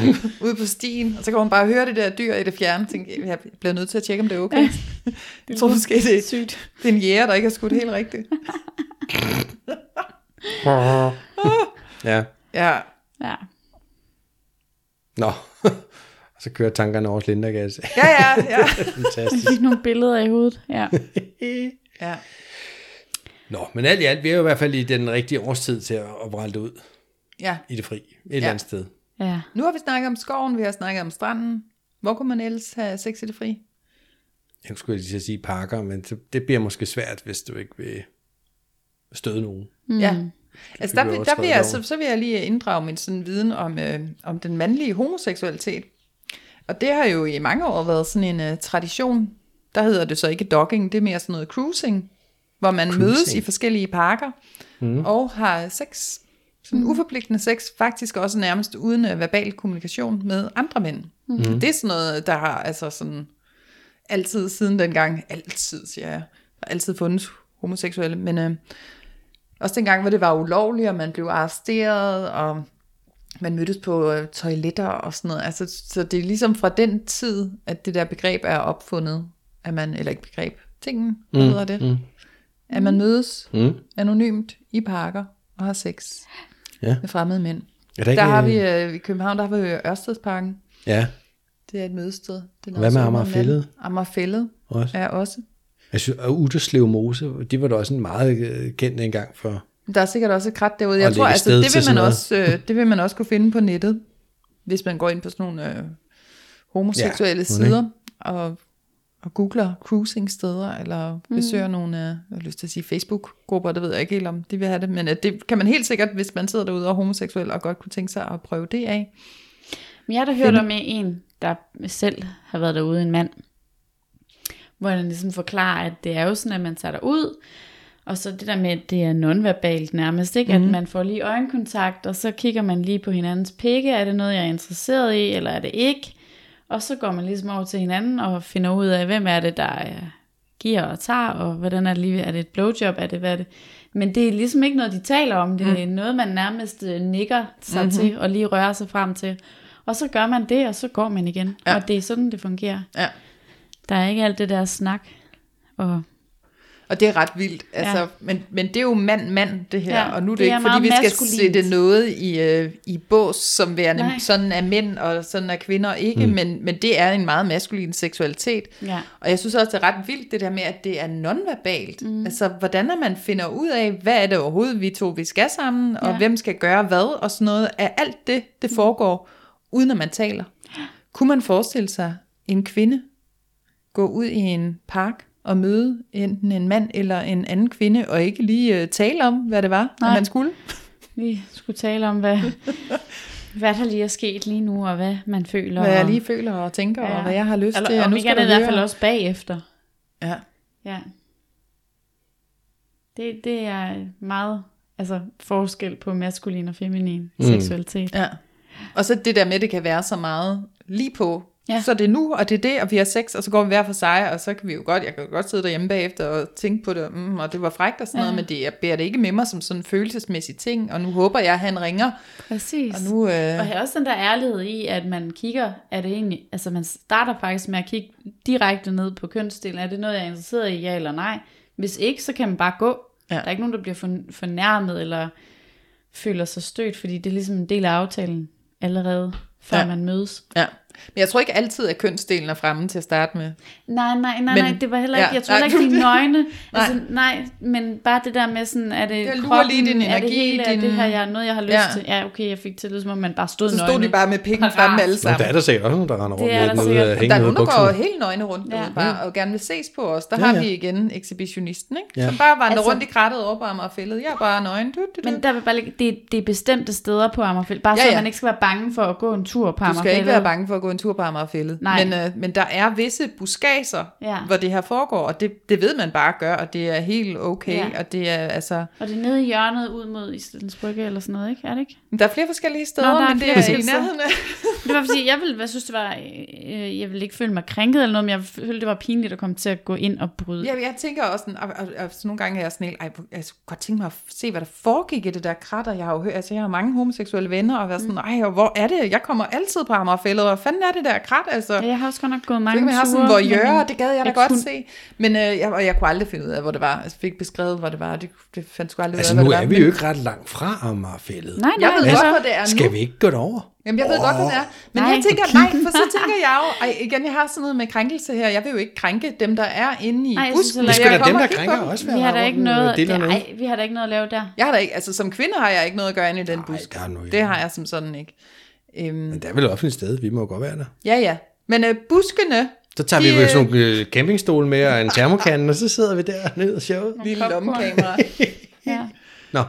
B: <laughs> ude på stien, og så kan hun bare høre det der dyr i det fjerne. Tænker, jeg bliver nødt til at tjekke, om det er okay. <laughs> jeg tror måske, det er sygt. Det er en jæger, der ikke har skudt helt rigtigt.
D: ja.
B: Ja,
C: Ja.
D: Nå. <laughs> og så kører tankerne over Lindergas.
B: ja, ja. ja.
D: <laughs> Fantastisk.
C: Fik nogle billeder i hovedet. Ja.
B: <laughs> ja.
D: Nå, men alt i alt, vi er jo i hvert fald i den rigtige årstid til at, at vrælde ud
B: ja.
D: i det fri, et ja. eller andet sted.
C: ja.
B: Nu har vi snakket om skoven, vi har snakket om stranden. Hvor kunne man ellers have sex i det fri?
D: Jeg skulle lige til at sige parker, men det, det bliver måske svært, hvis du ikke vil støde nogen.
B: Mm. Ja. Altså, der,
D: Det bliver
B: vil- der vil jeg,
D: overtrædet
B: så, så vil jeg lige inddrage min sådan viden om, øh, om den mandlige homoseksualitet. Og det har jo i mange år været sådan en øh, tradition. Der hedder det så ikke dogging, det er mere sådan noget cruising, hvor man cruising. mødes i forskellige parker mm. og har sex. Sådan uforpligtende sex, faktisk også nærmest uden øh, verbal kommunikation med andre mænd. Mm. Det er sådan noget, der har altså sådan altid siden dengang, altid siger jeg, der har altid fundet homoseksuelle, men øh, også dengang, hvor det var ulovligt, og man blev arresteret, og man mødtes på øh, toiletter og sådan noget. Altså, så det er ligesom fra den tid, at det der begreb er opfundet, at man, eller ikke begreb, tingen mm, hedder det, mm. at man mødes mm. anonymt i parker og har sex
D: Ja.
B: med fremmede mænd.
D: Er der,
B: Der har vi
D: øh,
B: øh, i København, der har vi øh, Ørstedsparken.
D: Ja,
B: Det er et mødested. Den er
D: Hvad
B: også
D: med
B: åben om
D: Amagerfælled?
B: natten. Amagerfælled
D: også. Ja.
B: er også.
D: Jeg synes, og Uderslev Mose, de var da også en meget øh, kendt engang for.
B: Der er sikkert også et krat derude.
D: Og
B: Jeg tror,
D: lægge
B: altså,
D: sted
B: det,
D: til
B: vil
D: sådan
B: man
D: noget.
B: også, øh, det vil man også kunne finde på nettet, hvis man går ind på sådan nogle øh, homoseksuelle ja,
D: Ja,
B: sider og, og googler cruising-steder, eller besøger nogle, øh, jeg har lyst til at sige Facebook-grupper, det ved jeg ikke helt om, de vil have det, men øh, det kan man helt sikkert, hvis man sidder derude og er homoseksuel, og godt kunne tænke sig at prøve det af.
C: Men jeg har da hørt om en, der selv har været derude, en mand, hvor han ligesom forklarer, at det er jo sådan, at man tager derud, og så det der med, at det er nonverbalt nærmest, ikke? Mm. at man får lige øjenkontakt, og så kigger man lige på hinandens pikke, er det noget, jeg er interesseret i, eller er det ikke? Og så går man ligesom over til hinanden og finder ud af, hvem er det, der øh, giver og tager, og hvordan er det lige, er det et blowjob, er det, hvad er det? Men det er ligesom ikke noget, de taler om, det er mm. noget, man nærmest øh, nikker sig mm-hmm. til, og lige rører sig frem til. Og så gør man det, og så går man igen. Ja. Og det er sådan, det fungerer.
B: Ja.
C: Der er ikke alt det der snak. Og
B: Og det er ret vildt, altså, ja.
C: Ja.
B: men, men det er jo mand-mand det her, ja,
C: Ja,
B: og nu er det,
C: det
B: det
C: er
B: ikke fordi,
C: meget
B: vi skal
C: maskulint.
B: sætte noget i, øh, i bås, som værende Nej.
C: Nej.
B: sådan er mænd, og sådan er kvinder ikke, mm. men, men det er en meget maskulin seksualitet.
C: Ja.
B: Og jeg synes også, det er ret vildt det der med, at det er nonverbalt. Mm. Altså, hvordan er man finder ud af, hvad er det overhovedet, vi to vi skal sammen, og
C: Ja. Mm.
B: hvem skal gøre hvad, og sådan noget, at alt det, det foregår, uden at man taler. Kunne man forestille sig en kvinde gå ud i en park og møde enten en mand eller en anden kvinde, og ikke lige øh, tale om, hvad det var, Nej.
C: Nej.
B: man skulle?
C: vi skulle tale om, hvad,
B: <laughs>
C: hvad der lige er sket lige nu, og hvad man føler.
B: Hvad jeg
C: og-
B: lige føler og tænker, ja. og
C: Ja.
B: hvad jeg har lyst
C: Eller,
B: til. og
C: om ikke
B: skal
C: andet i
B: du
C: hvert fald
B: høre.
C: også bagefter.
B: Ja.
C: Ja. Det, det er meget altså, forskel på maskulin og feminin mm. seksualitet.
B: ja. Og så det der med, at det kan være så meget lige på.
C: Ja.
B: Ja. Så det er nu, og det er det, og vi har sex, og så går vi hver for sig, og så kan vi jo godt, jeg kan jo godt sidde derhjemme bagefter og tænke på det, mm, og det var frækt og sådan ja. noget, men det, jeg bærer det ikke med mig som sådan en følelsesmæssig ting, og nu håber jeg, at han ringer,
C: Præcis.
B: og nu, øh,
C: Og her er også den der ærlighed i, at man kigger, er det egentlig, altså man starter faktisk med at kigge direkte ned på kønsdelen, er det noget, jeg er interesseret i, ja eller nej? Hvis ikke, så kan man bare gå. Ja.
B: Ja.
C: Der er ikke nogen, der bliver forn- fornærmet eller føler sig stødt, fordi det er ligesom en del af aftalen allerede, før ja.
B: Ja.
C: man mødes.
B: ja. Men jeg tror ikke altid, at kønsdelen er fremme til at starte med.
C: Nej, nej, nej, men,
B: Men-
C: nej, det var heller ikke,
B: ja,
C: jeg tror heller
B: nej,
C: ikke, de er
B: <laughs>
C: nøgne.
B: Nej.
C: altså, nej, men bare det der med sådan, er det
B: Jeg lurer
C: kroppen,
B: lige din
C: er det
B: energi,
C: hele, er
B: din-
C: det her, jeg, noget, jeg har lyst
B: Ja.
C: til? Ja, okay, jeg fik til at lyde, som om man bare stod
B: Så
C: nøgne.
B: stod de bare med pikken
C: Parat.
B: frem alle
D: Men der
B: sammen.
D: er der sikkert også nogen, der render rundt
C: Det er
D: med
C: der
D: noget
C: sikkert.
D: øh,
B: Der er
D: hængende ud
B: nogen,
D: af
B: der går
D: bukserne.
B: helt nøgne rundt
C: Ja.
B: ja. bare, og gerne vil ses på os. Der ja,
D: Ja,
B: har
D: ja.
B: vi igen exhibitionisten, ikke?
D: Ja.
B: Ja. som bare vandrer
C: Altså-
B: altså, rundt i krattet over på Amagerfællet. Jeg er bare nøgen. Du, du, du.
C: Men der vil bare ligge, det, er- det er bestemte steder på Amagerfællet. Bare ja,
B: Ja,
C: så
B: ja.
C: man ikke skal være bange for at gå en tur
B: du
C: på Amagerfællet.
B: skal ikke være bange for at gå en tur på Amagerfællet.
C: Nej.
B: Men, øh, men der er visse buskager,
C: Ja.
B: ja. hvor det her foregår, og det, det ved man bare gør, og det er helt okay.
C: Ja.
B: Ja. Og det er, altså,
C: Og det er nede i hjørnet ud mod Islands Brygge eller sådan noget, ikke? Er det ikke?
B: men der er flere forskellige steder,
C: Nå,
B: Nå,
C: der er
B: men det
C: flere
B: er i
C: forskellige
B: nærheden af. <laughs>
C: Det var fordi, jeg ville, jeg synes, det var, øh, jeg ville ikke føle mig krænket eller noget, men jeg følte, det var pinligt at komme til at gå ind og bryde.
B: Ja, jeg tænker også sådan, og, og, og, så nogle gange er jeg sådan helt, ej, hvor- jeg skulle godt tænke mig at se, hvad der foregik i det der kratter. Jeg har jo hørt, altså jeg har mange homoseksuelle venner, og været sådan,
C: Mm.
B: ej, og hvor er det? Jeg kommer altid på Amagerfællet, og hvad fanden er det der krat, altså?
C: Ja, jeg har også godt nok gået mange
B: Så kan man have sådan
C: ture.
B: en voyeur, og det gad jeg da
C: jeg
B: godt
C: kunne-
B: se. Men øh, jeg, og jeg kunne aldrig finde ud af, hvor det var. Altså, jeg fik beskrevet, hvor det var. Det, det fandt sgu aldrig
D: Altså
B: ud af,
D: nu
B: hvad det
D: er
B: var.
D: vi jo ikke ret langt fra Amagerfældet.
C: Nej,
B: Men
C: nej,
B: Jeg ved
C: altså,
B: godt, hvor det er nu.
D: Skal vi ikke gå derover?
B: Jamen, jeg ved godt, hvad det er. Men
C: Nej.
B: jeg tænker, nej, for så tænker jeg jo, ej, igen, jeg har sådan noget med krænkelse her. Jeg vil jo ikke krænke dem, der er inde i
C: Nej, jeg synes
B: busken.
C: heller
D: Det
B: når
C: ikke-
D: skal
B: jeg
D: da dem,
B: kommer
D: der
B: og kigger på
D: krænker
B: dem.
D: også være
C: vi har da ikke noget,
D: Det er
C: nej, vi har da ikke noget at lave der.
B: Jeg har da ikke, altså som kvinde har jeg ikke noget at gøre inde i den bus.
D: der er nu ikke.
B: Det har jeg som sådan ikke. Øhm,
D: Men der er vel offentligt sted, vi må jo godt være der.
B: ja, ja. Men øh, buskene,
D: Så tager
B: De,
D: vi jo
B: øh,
D: sådan nogle øh, campingstole med og en termokande, og så sidder vi der ned og ser ud.
B: lille
C: popcorn.
B: lommekamera,
C: Ja.
D: Nå,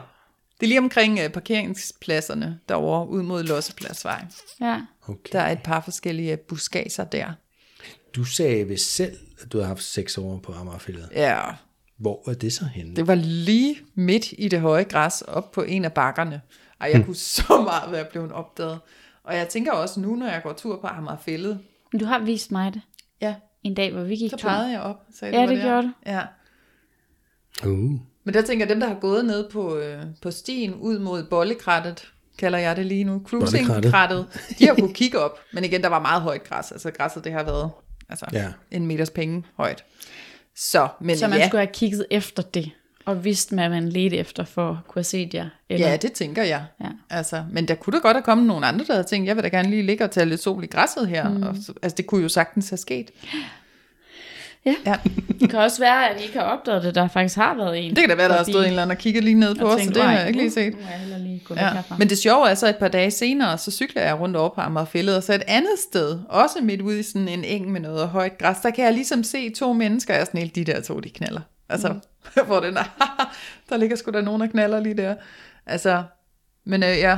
B: det er lige omkring øh, parkeringspladserne derovre, ud mod Lossepladsvej.
C: ja.
D: okay.
B: Der er et par forskellige buskager der.
D: Du sagde ved selv, at du har haft seks år på Amagerfældet.
B: Ja,
D: Hvor er det så henne?
B: det var lige midt i det høje græs, op på en af bakkerne. Ej,
C: Hm.
B: jeg kunne så meget være blevet opdaget. Og jeg tænker også nu, når jeg går tur på Amagerfællet,
C: Men du har vist mig det
B: ja,
C: en dag, hvor vi gik
B: så
C: tur.
B: pegede jeg op. og Sagde,
C: Ja,
B: var
C: det
B: der.
C: gjorde du.
B: Ja.
D: Uh.
B: Men der tænker jeg, dem der har gået ned på, øh, på stien ud mod bollekrattet, kalder jeg det lige nu, cruisingkrattet, de har kunnet kigge op. Men igen, der var meget højt græs. Altså græsset, det har været altså,
D: Ja.
B: ja. en meters penge højt. Så, men
C: Så man
B: ja,
C: skulle have kigget efter det, og vidst, hvad man ledte efter for at kunne have set jer. Eller,
B: ja, det tænker jeg.
C: Ja.
B: Altså, men der kunne da godt have kommet nogle andre, der havde tænkt, jeg vil da gerne lige ligge og tage lidt sol i græsset her. Mm. Og, så- altså, det kunne jo sagtens have sket.
C: Ja.
B: ja.
C: Det kan også være, at I ikke har opdaget det, der faktisk har været en.
B: Det kan da være, der har
C: Fordi-
B: stået en eller anden og kigget lige ned på
C: og
B: os, så
C: tænkt,
B: det har
C: "Ej,
B: jeg ikke lige set.
C: Nu må jeg hellere lige gå væk
B: Ja.
C: herfra.
B: Men det sjove er så et par dage senere, så cykler jeg rundt over på Amagerfællet, og så et andet sted, også midt ude i sådan en eng med noget højt græs, der kan jeg ligesom se to mennesker, jeg er sådan helt, de der to, de knaller. Altså, mm. <laughs> hvor den er, der ligger sgu da nogen, der knaller lige der. Altså, men øh, ja,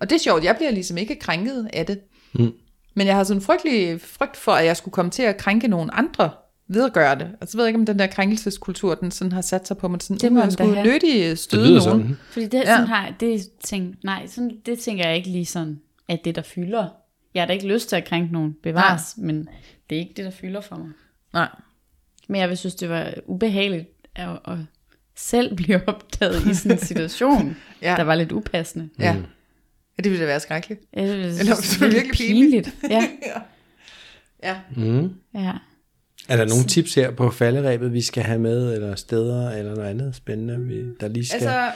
B: og det er sjovt, jeg bliver ligesom ikke krænket af det.
D: Mm.
B: Men jeg har sådan en frygtelig frygt for, at jeg skulle komme til at krænke nogen andre ved at gøre det. Og så ved jeg ikke, om den der krænkelseskultur, den sådan har sat sig på mig, sådan,
C: Det
B: det
C: må
B: må
C: den
B: jeg
C: da
B: skulle
C: have.
B: nødig øh,
D: Det
B: støde
D: lyder
B: nogen.
D: sådan.
C: Fordi det, ja.
B: Ja.
C: sådan har, det, tænk, nej, sådan, det tænker jeg ikke lige sådan, at det der fylder. Jeg har da ikke lyst til at krænke nogen, bevares, nej. men det er ikke det, der fylder for mig.
B: Nej.
C: Men jeg vil synes, det var ubehageligt at, at selv blive opdaget
B: <laughs>
C: i sådan en situation, ja.
B: Ja.
C: der var lidt upassende.
B: Ja. Mm. ja, det ville da være skrækkeligt.
C: Jeg synes,
B: Eller
C: det
B: hvis
C: var
B: det var
C: virkelig
B: virkelig pinligt.
C: pinligt. Ja,
B: Ja.
C: ja.
D: Er der nogle tips her på falderæbet, vi skal have med, eller steder, eller noget andet spændende, vi, der lige skal
B: Altså,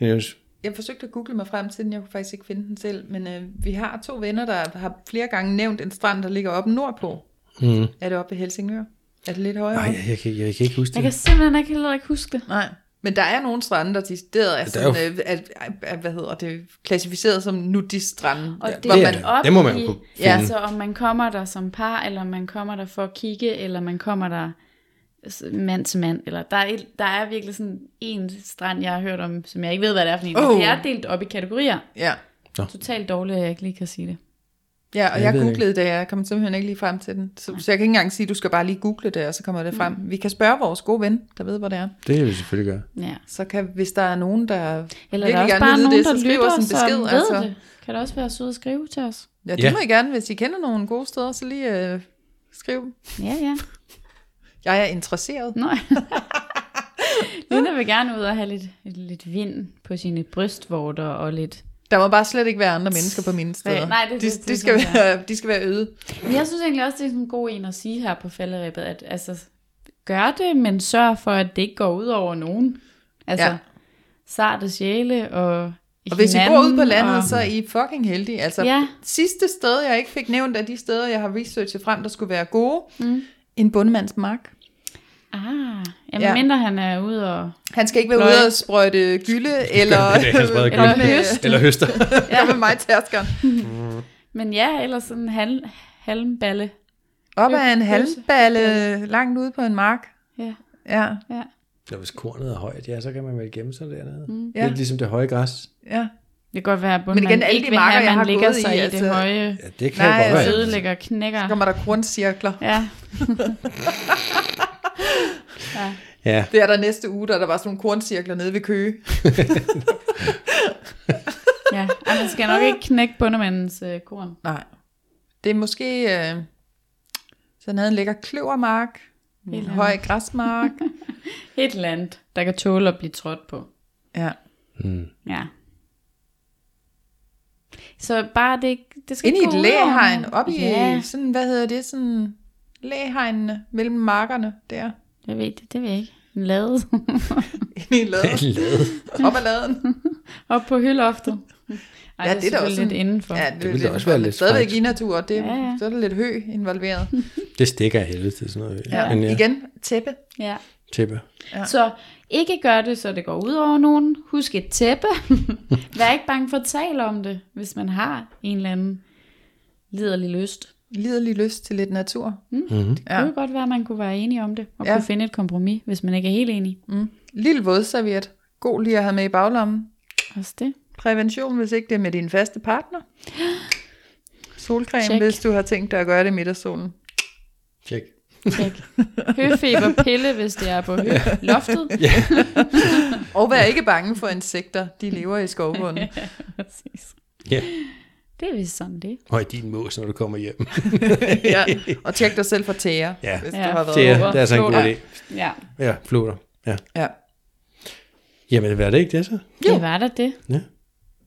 D: nævnes?
B: jeg forsøgte at google mig frem til den, jeg kunne faktisk ikke finde den selv, men øh, vi har to venner, der har flere gange nævnt en strand, der ligger oppe nordpå.
D: Mm.
B: Er det oppe i Helsingør? Er det lidt højere?
D: Nej,
B: oppe?
D: jeg, jeg, kan, jeg kan ikke huske
C: Jeg kan
D: det.
C: simpelthen ikke heller ikke huske det.
B: Nej. Men der er nogle strande, der decideret er
D: der er jo-
B: sådan, øh, at, at, hvad hedder det, klassificeret som nudiststrande.
C: Og det,
B: hvor
D: det er
B: man,
D: det.
C: er op
D: Det må man jo
C: i,
D: kunne
C: ja,
D: finde.
C: altså om man kommer der som par, eller om man kommer der for at kigge, eller man kommer der s- mand til mand, eller der er, et- der er virkelig sådan en strand, jeg har hørt om, som jeg ikke ved, hvad det er for en. Oh.
B: Oh.
C: Det er delt op i kategorier.
B: ja.
C: Totalt dårligt, at jeg ikke lige kan sige det.
B: Ja, og
D: Jeg
B: jeg,
D: ved
B: googlede det, jeg kom simpelthen ikke lige frem til den. Så, så jeg kan ikke engang sige, at du skal bare lige google det, og så
D: Mm.
B: kommer det frem. Vi kan spørge vores gode ven, der ved, hvor det er.
D: Det vil vi selvfølgelig gøre.
C: Ja.
B: Så kan, hvis der er nogen, der
C: Eller
B: virkelig
C: der er også
B: gerne
C: bare
B: vil
C: nogen,
B: vide det,
C: der
B: så skriver
C: lytter,
B: os en besked.
C: som ved
B: altså.
C: det. Kan det også være sød at skrive til os?
B: Ja, det
D: Ja.
B: må I gerne. Hvis I kender nogle gode steder, så lige øh, skriv.
C: Ja, ja.
B: Jeg er interesseret.
C: Nej. Lina vil gerne ud og have lidt, lidt vind på sine brystvorter og lidt...
B: Der må bare slet ikke være andre mennesker på mine steder.
C: Nej, det er
B: de,
C: det, det
B: de,
C: er
B: skal
C: sådan,
B: være, de skal være øde.
C: Men jeg synes egentlig også, det er sådan en god en at sige her på falderæbet, at altså, gør det, men sørg for, at det ikke går ud over nogen. Altså,
B: Ja.
C: ja. sarte sjæle og
B: Og hvis I bor ude på landet,
C: og-
B: så er I fucking heldige. Altså,
C: Ja.
B: sidste sted, jeg ikke fik nævnt af de steder, jeg har researchet frem, der skulle være gode, mm. en bundemands mark.
C: Ah, jamen
B: Ja.
C: ja. mindre han er ude og...
B: Han skal ikke være
C: Nå,
B: ude
C: ja.
B: og sprøjte
D: <laughs>
B: gylde, eller
D: det, han sprøjter
B: komme
C: gylde.
B: med,
D: Eller høster.
B: ja. med mig tærskeren.
C: Men ja, ellers sådan en hal, halmballe.
B: Op ad en
C: Ø-
B: halmballe, langt ude på en mark.
C: Ja,
B: Ja,
C: ja.
D: Nå, hvis kornet er højt, ja, så kan man vel gemme sig dernede. Mm.
B: Ja.
D: Lidt ligesom det høje græs.
B: ja.
C: Det kan godt være, at
B: igen,
C: bunden man
B: alle
C: ikke
B: de
C: vil
B: marker,
C: have,
B: jeg
C: at
B: har
C: man ligger
B: gået i,
C: sig i, i
B: altså-
C: det høje.
D: Ja, det kan
B: Nej,
D: Nej, godt
B: altså,
D: være.
C: Ødelægger og knækker.
B: Så kommer der grundcirkler.
C: Ja.
D: Ja,
B: Det er der næste uge, der er der var sådan nogle korncirkler nede ved Køge.
C: Ja, Ej, man skal
B: Ah.
C: nok ikke knække bundemandens øh, korn.
B: Nej. Det er måske... Øh, sådan havde en lækker kløvermark, en
C: Eller-
B: høj
C: <laughs>
B: græsmark.
C: Et eller andet, der kan tåle at blive trådt på.
B: ja.
C: Ja. Så bare det ikke... Det skal
B: Inde i
C: ikke
B: et
C: gå ud over
B: læhegn,
C: nogen.
B: op i
C: Ja,
B: sådan, hvad hedder det, sådan læhegnene mellem markerne der.
C: jeg ved det, det ved jeg ikke. En
B: <laughs>
C: lade.
B: Inde i laden,
D: <laughs> lavet.
B: op ad laden.
C: op på hyldoftet. Ej,
B: Ja,
C: det
B: det er da
C: er
B: også
C: også lidt
B: sådan-
C: indenfor. Ja.
D: ville da også være lidt
B: Stadigvæk
D: frækt.
B: i natur, det, ja,
C: Ja,
B: ja.
C: ja.
B: så er der lidt hø involveret.
D: Det stikker af helvede til sådan noget.
B: Ja.
D: Men ja,
B: Igen, tæppe.
C: ja.
D: Tæppe.
B: Ja.
C: Så ikke gør det, så det går ud over nogen. Husk et
B: <laughs>
C: tæppe. Vær ikke bange for at tale om det, hvis man har en eller anden liderlig lyst.
B: Liderlig lyst til lidt natur.
C: Det kunne godt være, at man kunne være enige om det, og
B: Ja.
C: ja. kunne finde et kompromis, hvis man ikke er helt enig. Mm.
B: Lille vådserviet. God lige at have med i baglommen.
C: Også
B: <laughs>
C: det.
B: Prævention, hvis ikke det er med din faste partner. Solcreme, Check.
C: Check.
B: hvis du har tænkt dig at gøre det i middagssolen.
D: Tjek.
C: Tjek. Høfeberpille, hvis det er på hø- loftet. Ja.
B: Og vær ikke bange for insekter. De lever i skovbunden.
C: Præcis.
D: Ja.
C: Det er vist sådan det.
D: Høj din mås, når du kommer hjem.
B: ja. Og tjek dig selv for tæer,
D: Ja.
B: hvis du
C: Ja.
B: har været
D: <laughs> Det er,
B: over.
D: det er altså en god
C: Floder.
D: idé.
C: Ja,
D: Ja, floder. Ja.
B: Ja.
D: Jamen, hvad er det ikke det så?
B: Jo.
C: det var da det.
D: Ja.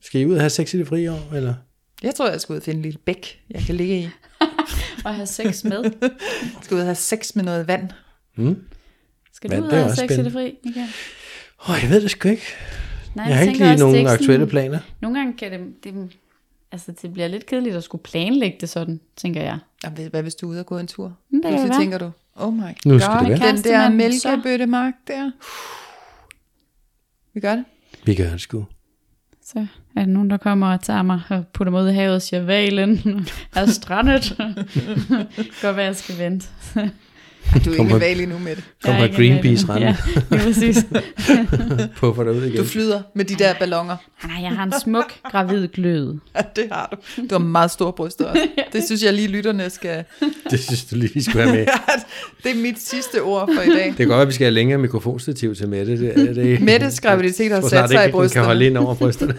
D: Skal I ud og have sex i det frie år, eller?
B: Jeg tror, jeg skal ud og finde en lille bæk, jeg kan ligge i.
C: At have sex med.
B: Jeg skal ud og have sex med noget vand.
C: Skal
D: Ja,
C: du ud
D: det er
C: og have
D: også
C: sex i det
D: spændende.
C: fri, Michael?
D: Åh, oh, jeg ved det sgu ikke.
C: Nej,
D: Jeg har ikke
C: tænker
D: lige
C: også, det er
D: nogen
C: ikke sådan-
D: aktuelle planer.
C: Nogle gange kan det, det, altså det bliver lidt kedeligt at skulle planlægge det sådan, tænker jeg.
B: Jamen, hvad- hvad hvis du er ude og gå en tur?
C: det kan
B: Pludselig
C: være.
B: tænker du, oh my god,
D: Nu skal det være.
B: den der
C: Kærestemanden,
B: mælkebøttemark der. Vi gør det.
D: Vi gør det sgu.
C: Så er der nogen, der kommer og tager mig og putter mig ud i havet og siger, valen <laughs> er strandet. <laughs> Godt være, jeg skal vente.
B: Du er
D: Kommer-
B: ikke valg endnu med det.
C: Jeg er
D: Kommer
C: ikke en
D: Greenpeace
C: hval.
D: rende
C: Ja, lige
D: <laughs>
C: præcis.
D: puffer dig ud igen.
B: Du flyder med de der ballonger.
C: Nej, jeg har en smuk, gravid glød.
B: <laughs> Ja, det har du. Du har meget store bryster <laughs> også. Det synes jeg lige lytterne skal...
D: Det synes du lige, vi skulle have med.
B: <laughs> Det er mit sidste ord for i dag.
D: Det kan godt være, at vi skal have længere mikrofonstativ til Mette. Det, er det,
B: Mettes graviditet har
D: Jeg tror
B: sat
D: snart
B: sig i
D: ikke, den kan
B: brysterne.
D: holde ind over
B: <laughs>
D: brysterne.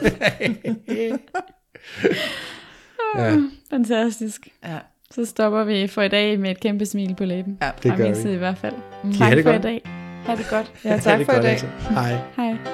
D: ja,
C: Ah, Fantastisk.
B: Ja.
C: Så stopper vi for i dag med et kæmpe smil på læben.
B: Ja,
D: det
C: Fra
D: gør
C: min
D: vi.
C: side i hvert fald.
D: I
C: Tak
D: have det
C: for i
D: godt?
C: dag. Ha' det godt.
B: Ja,
D: Ha'
B: tak
D: det
B: for i
D: godt,
B: dag.
D: altså. Hej.
C: Hej.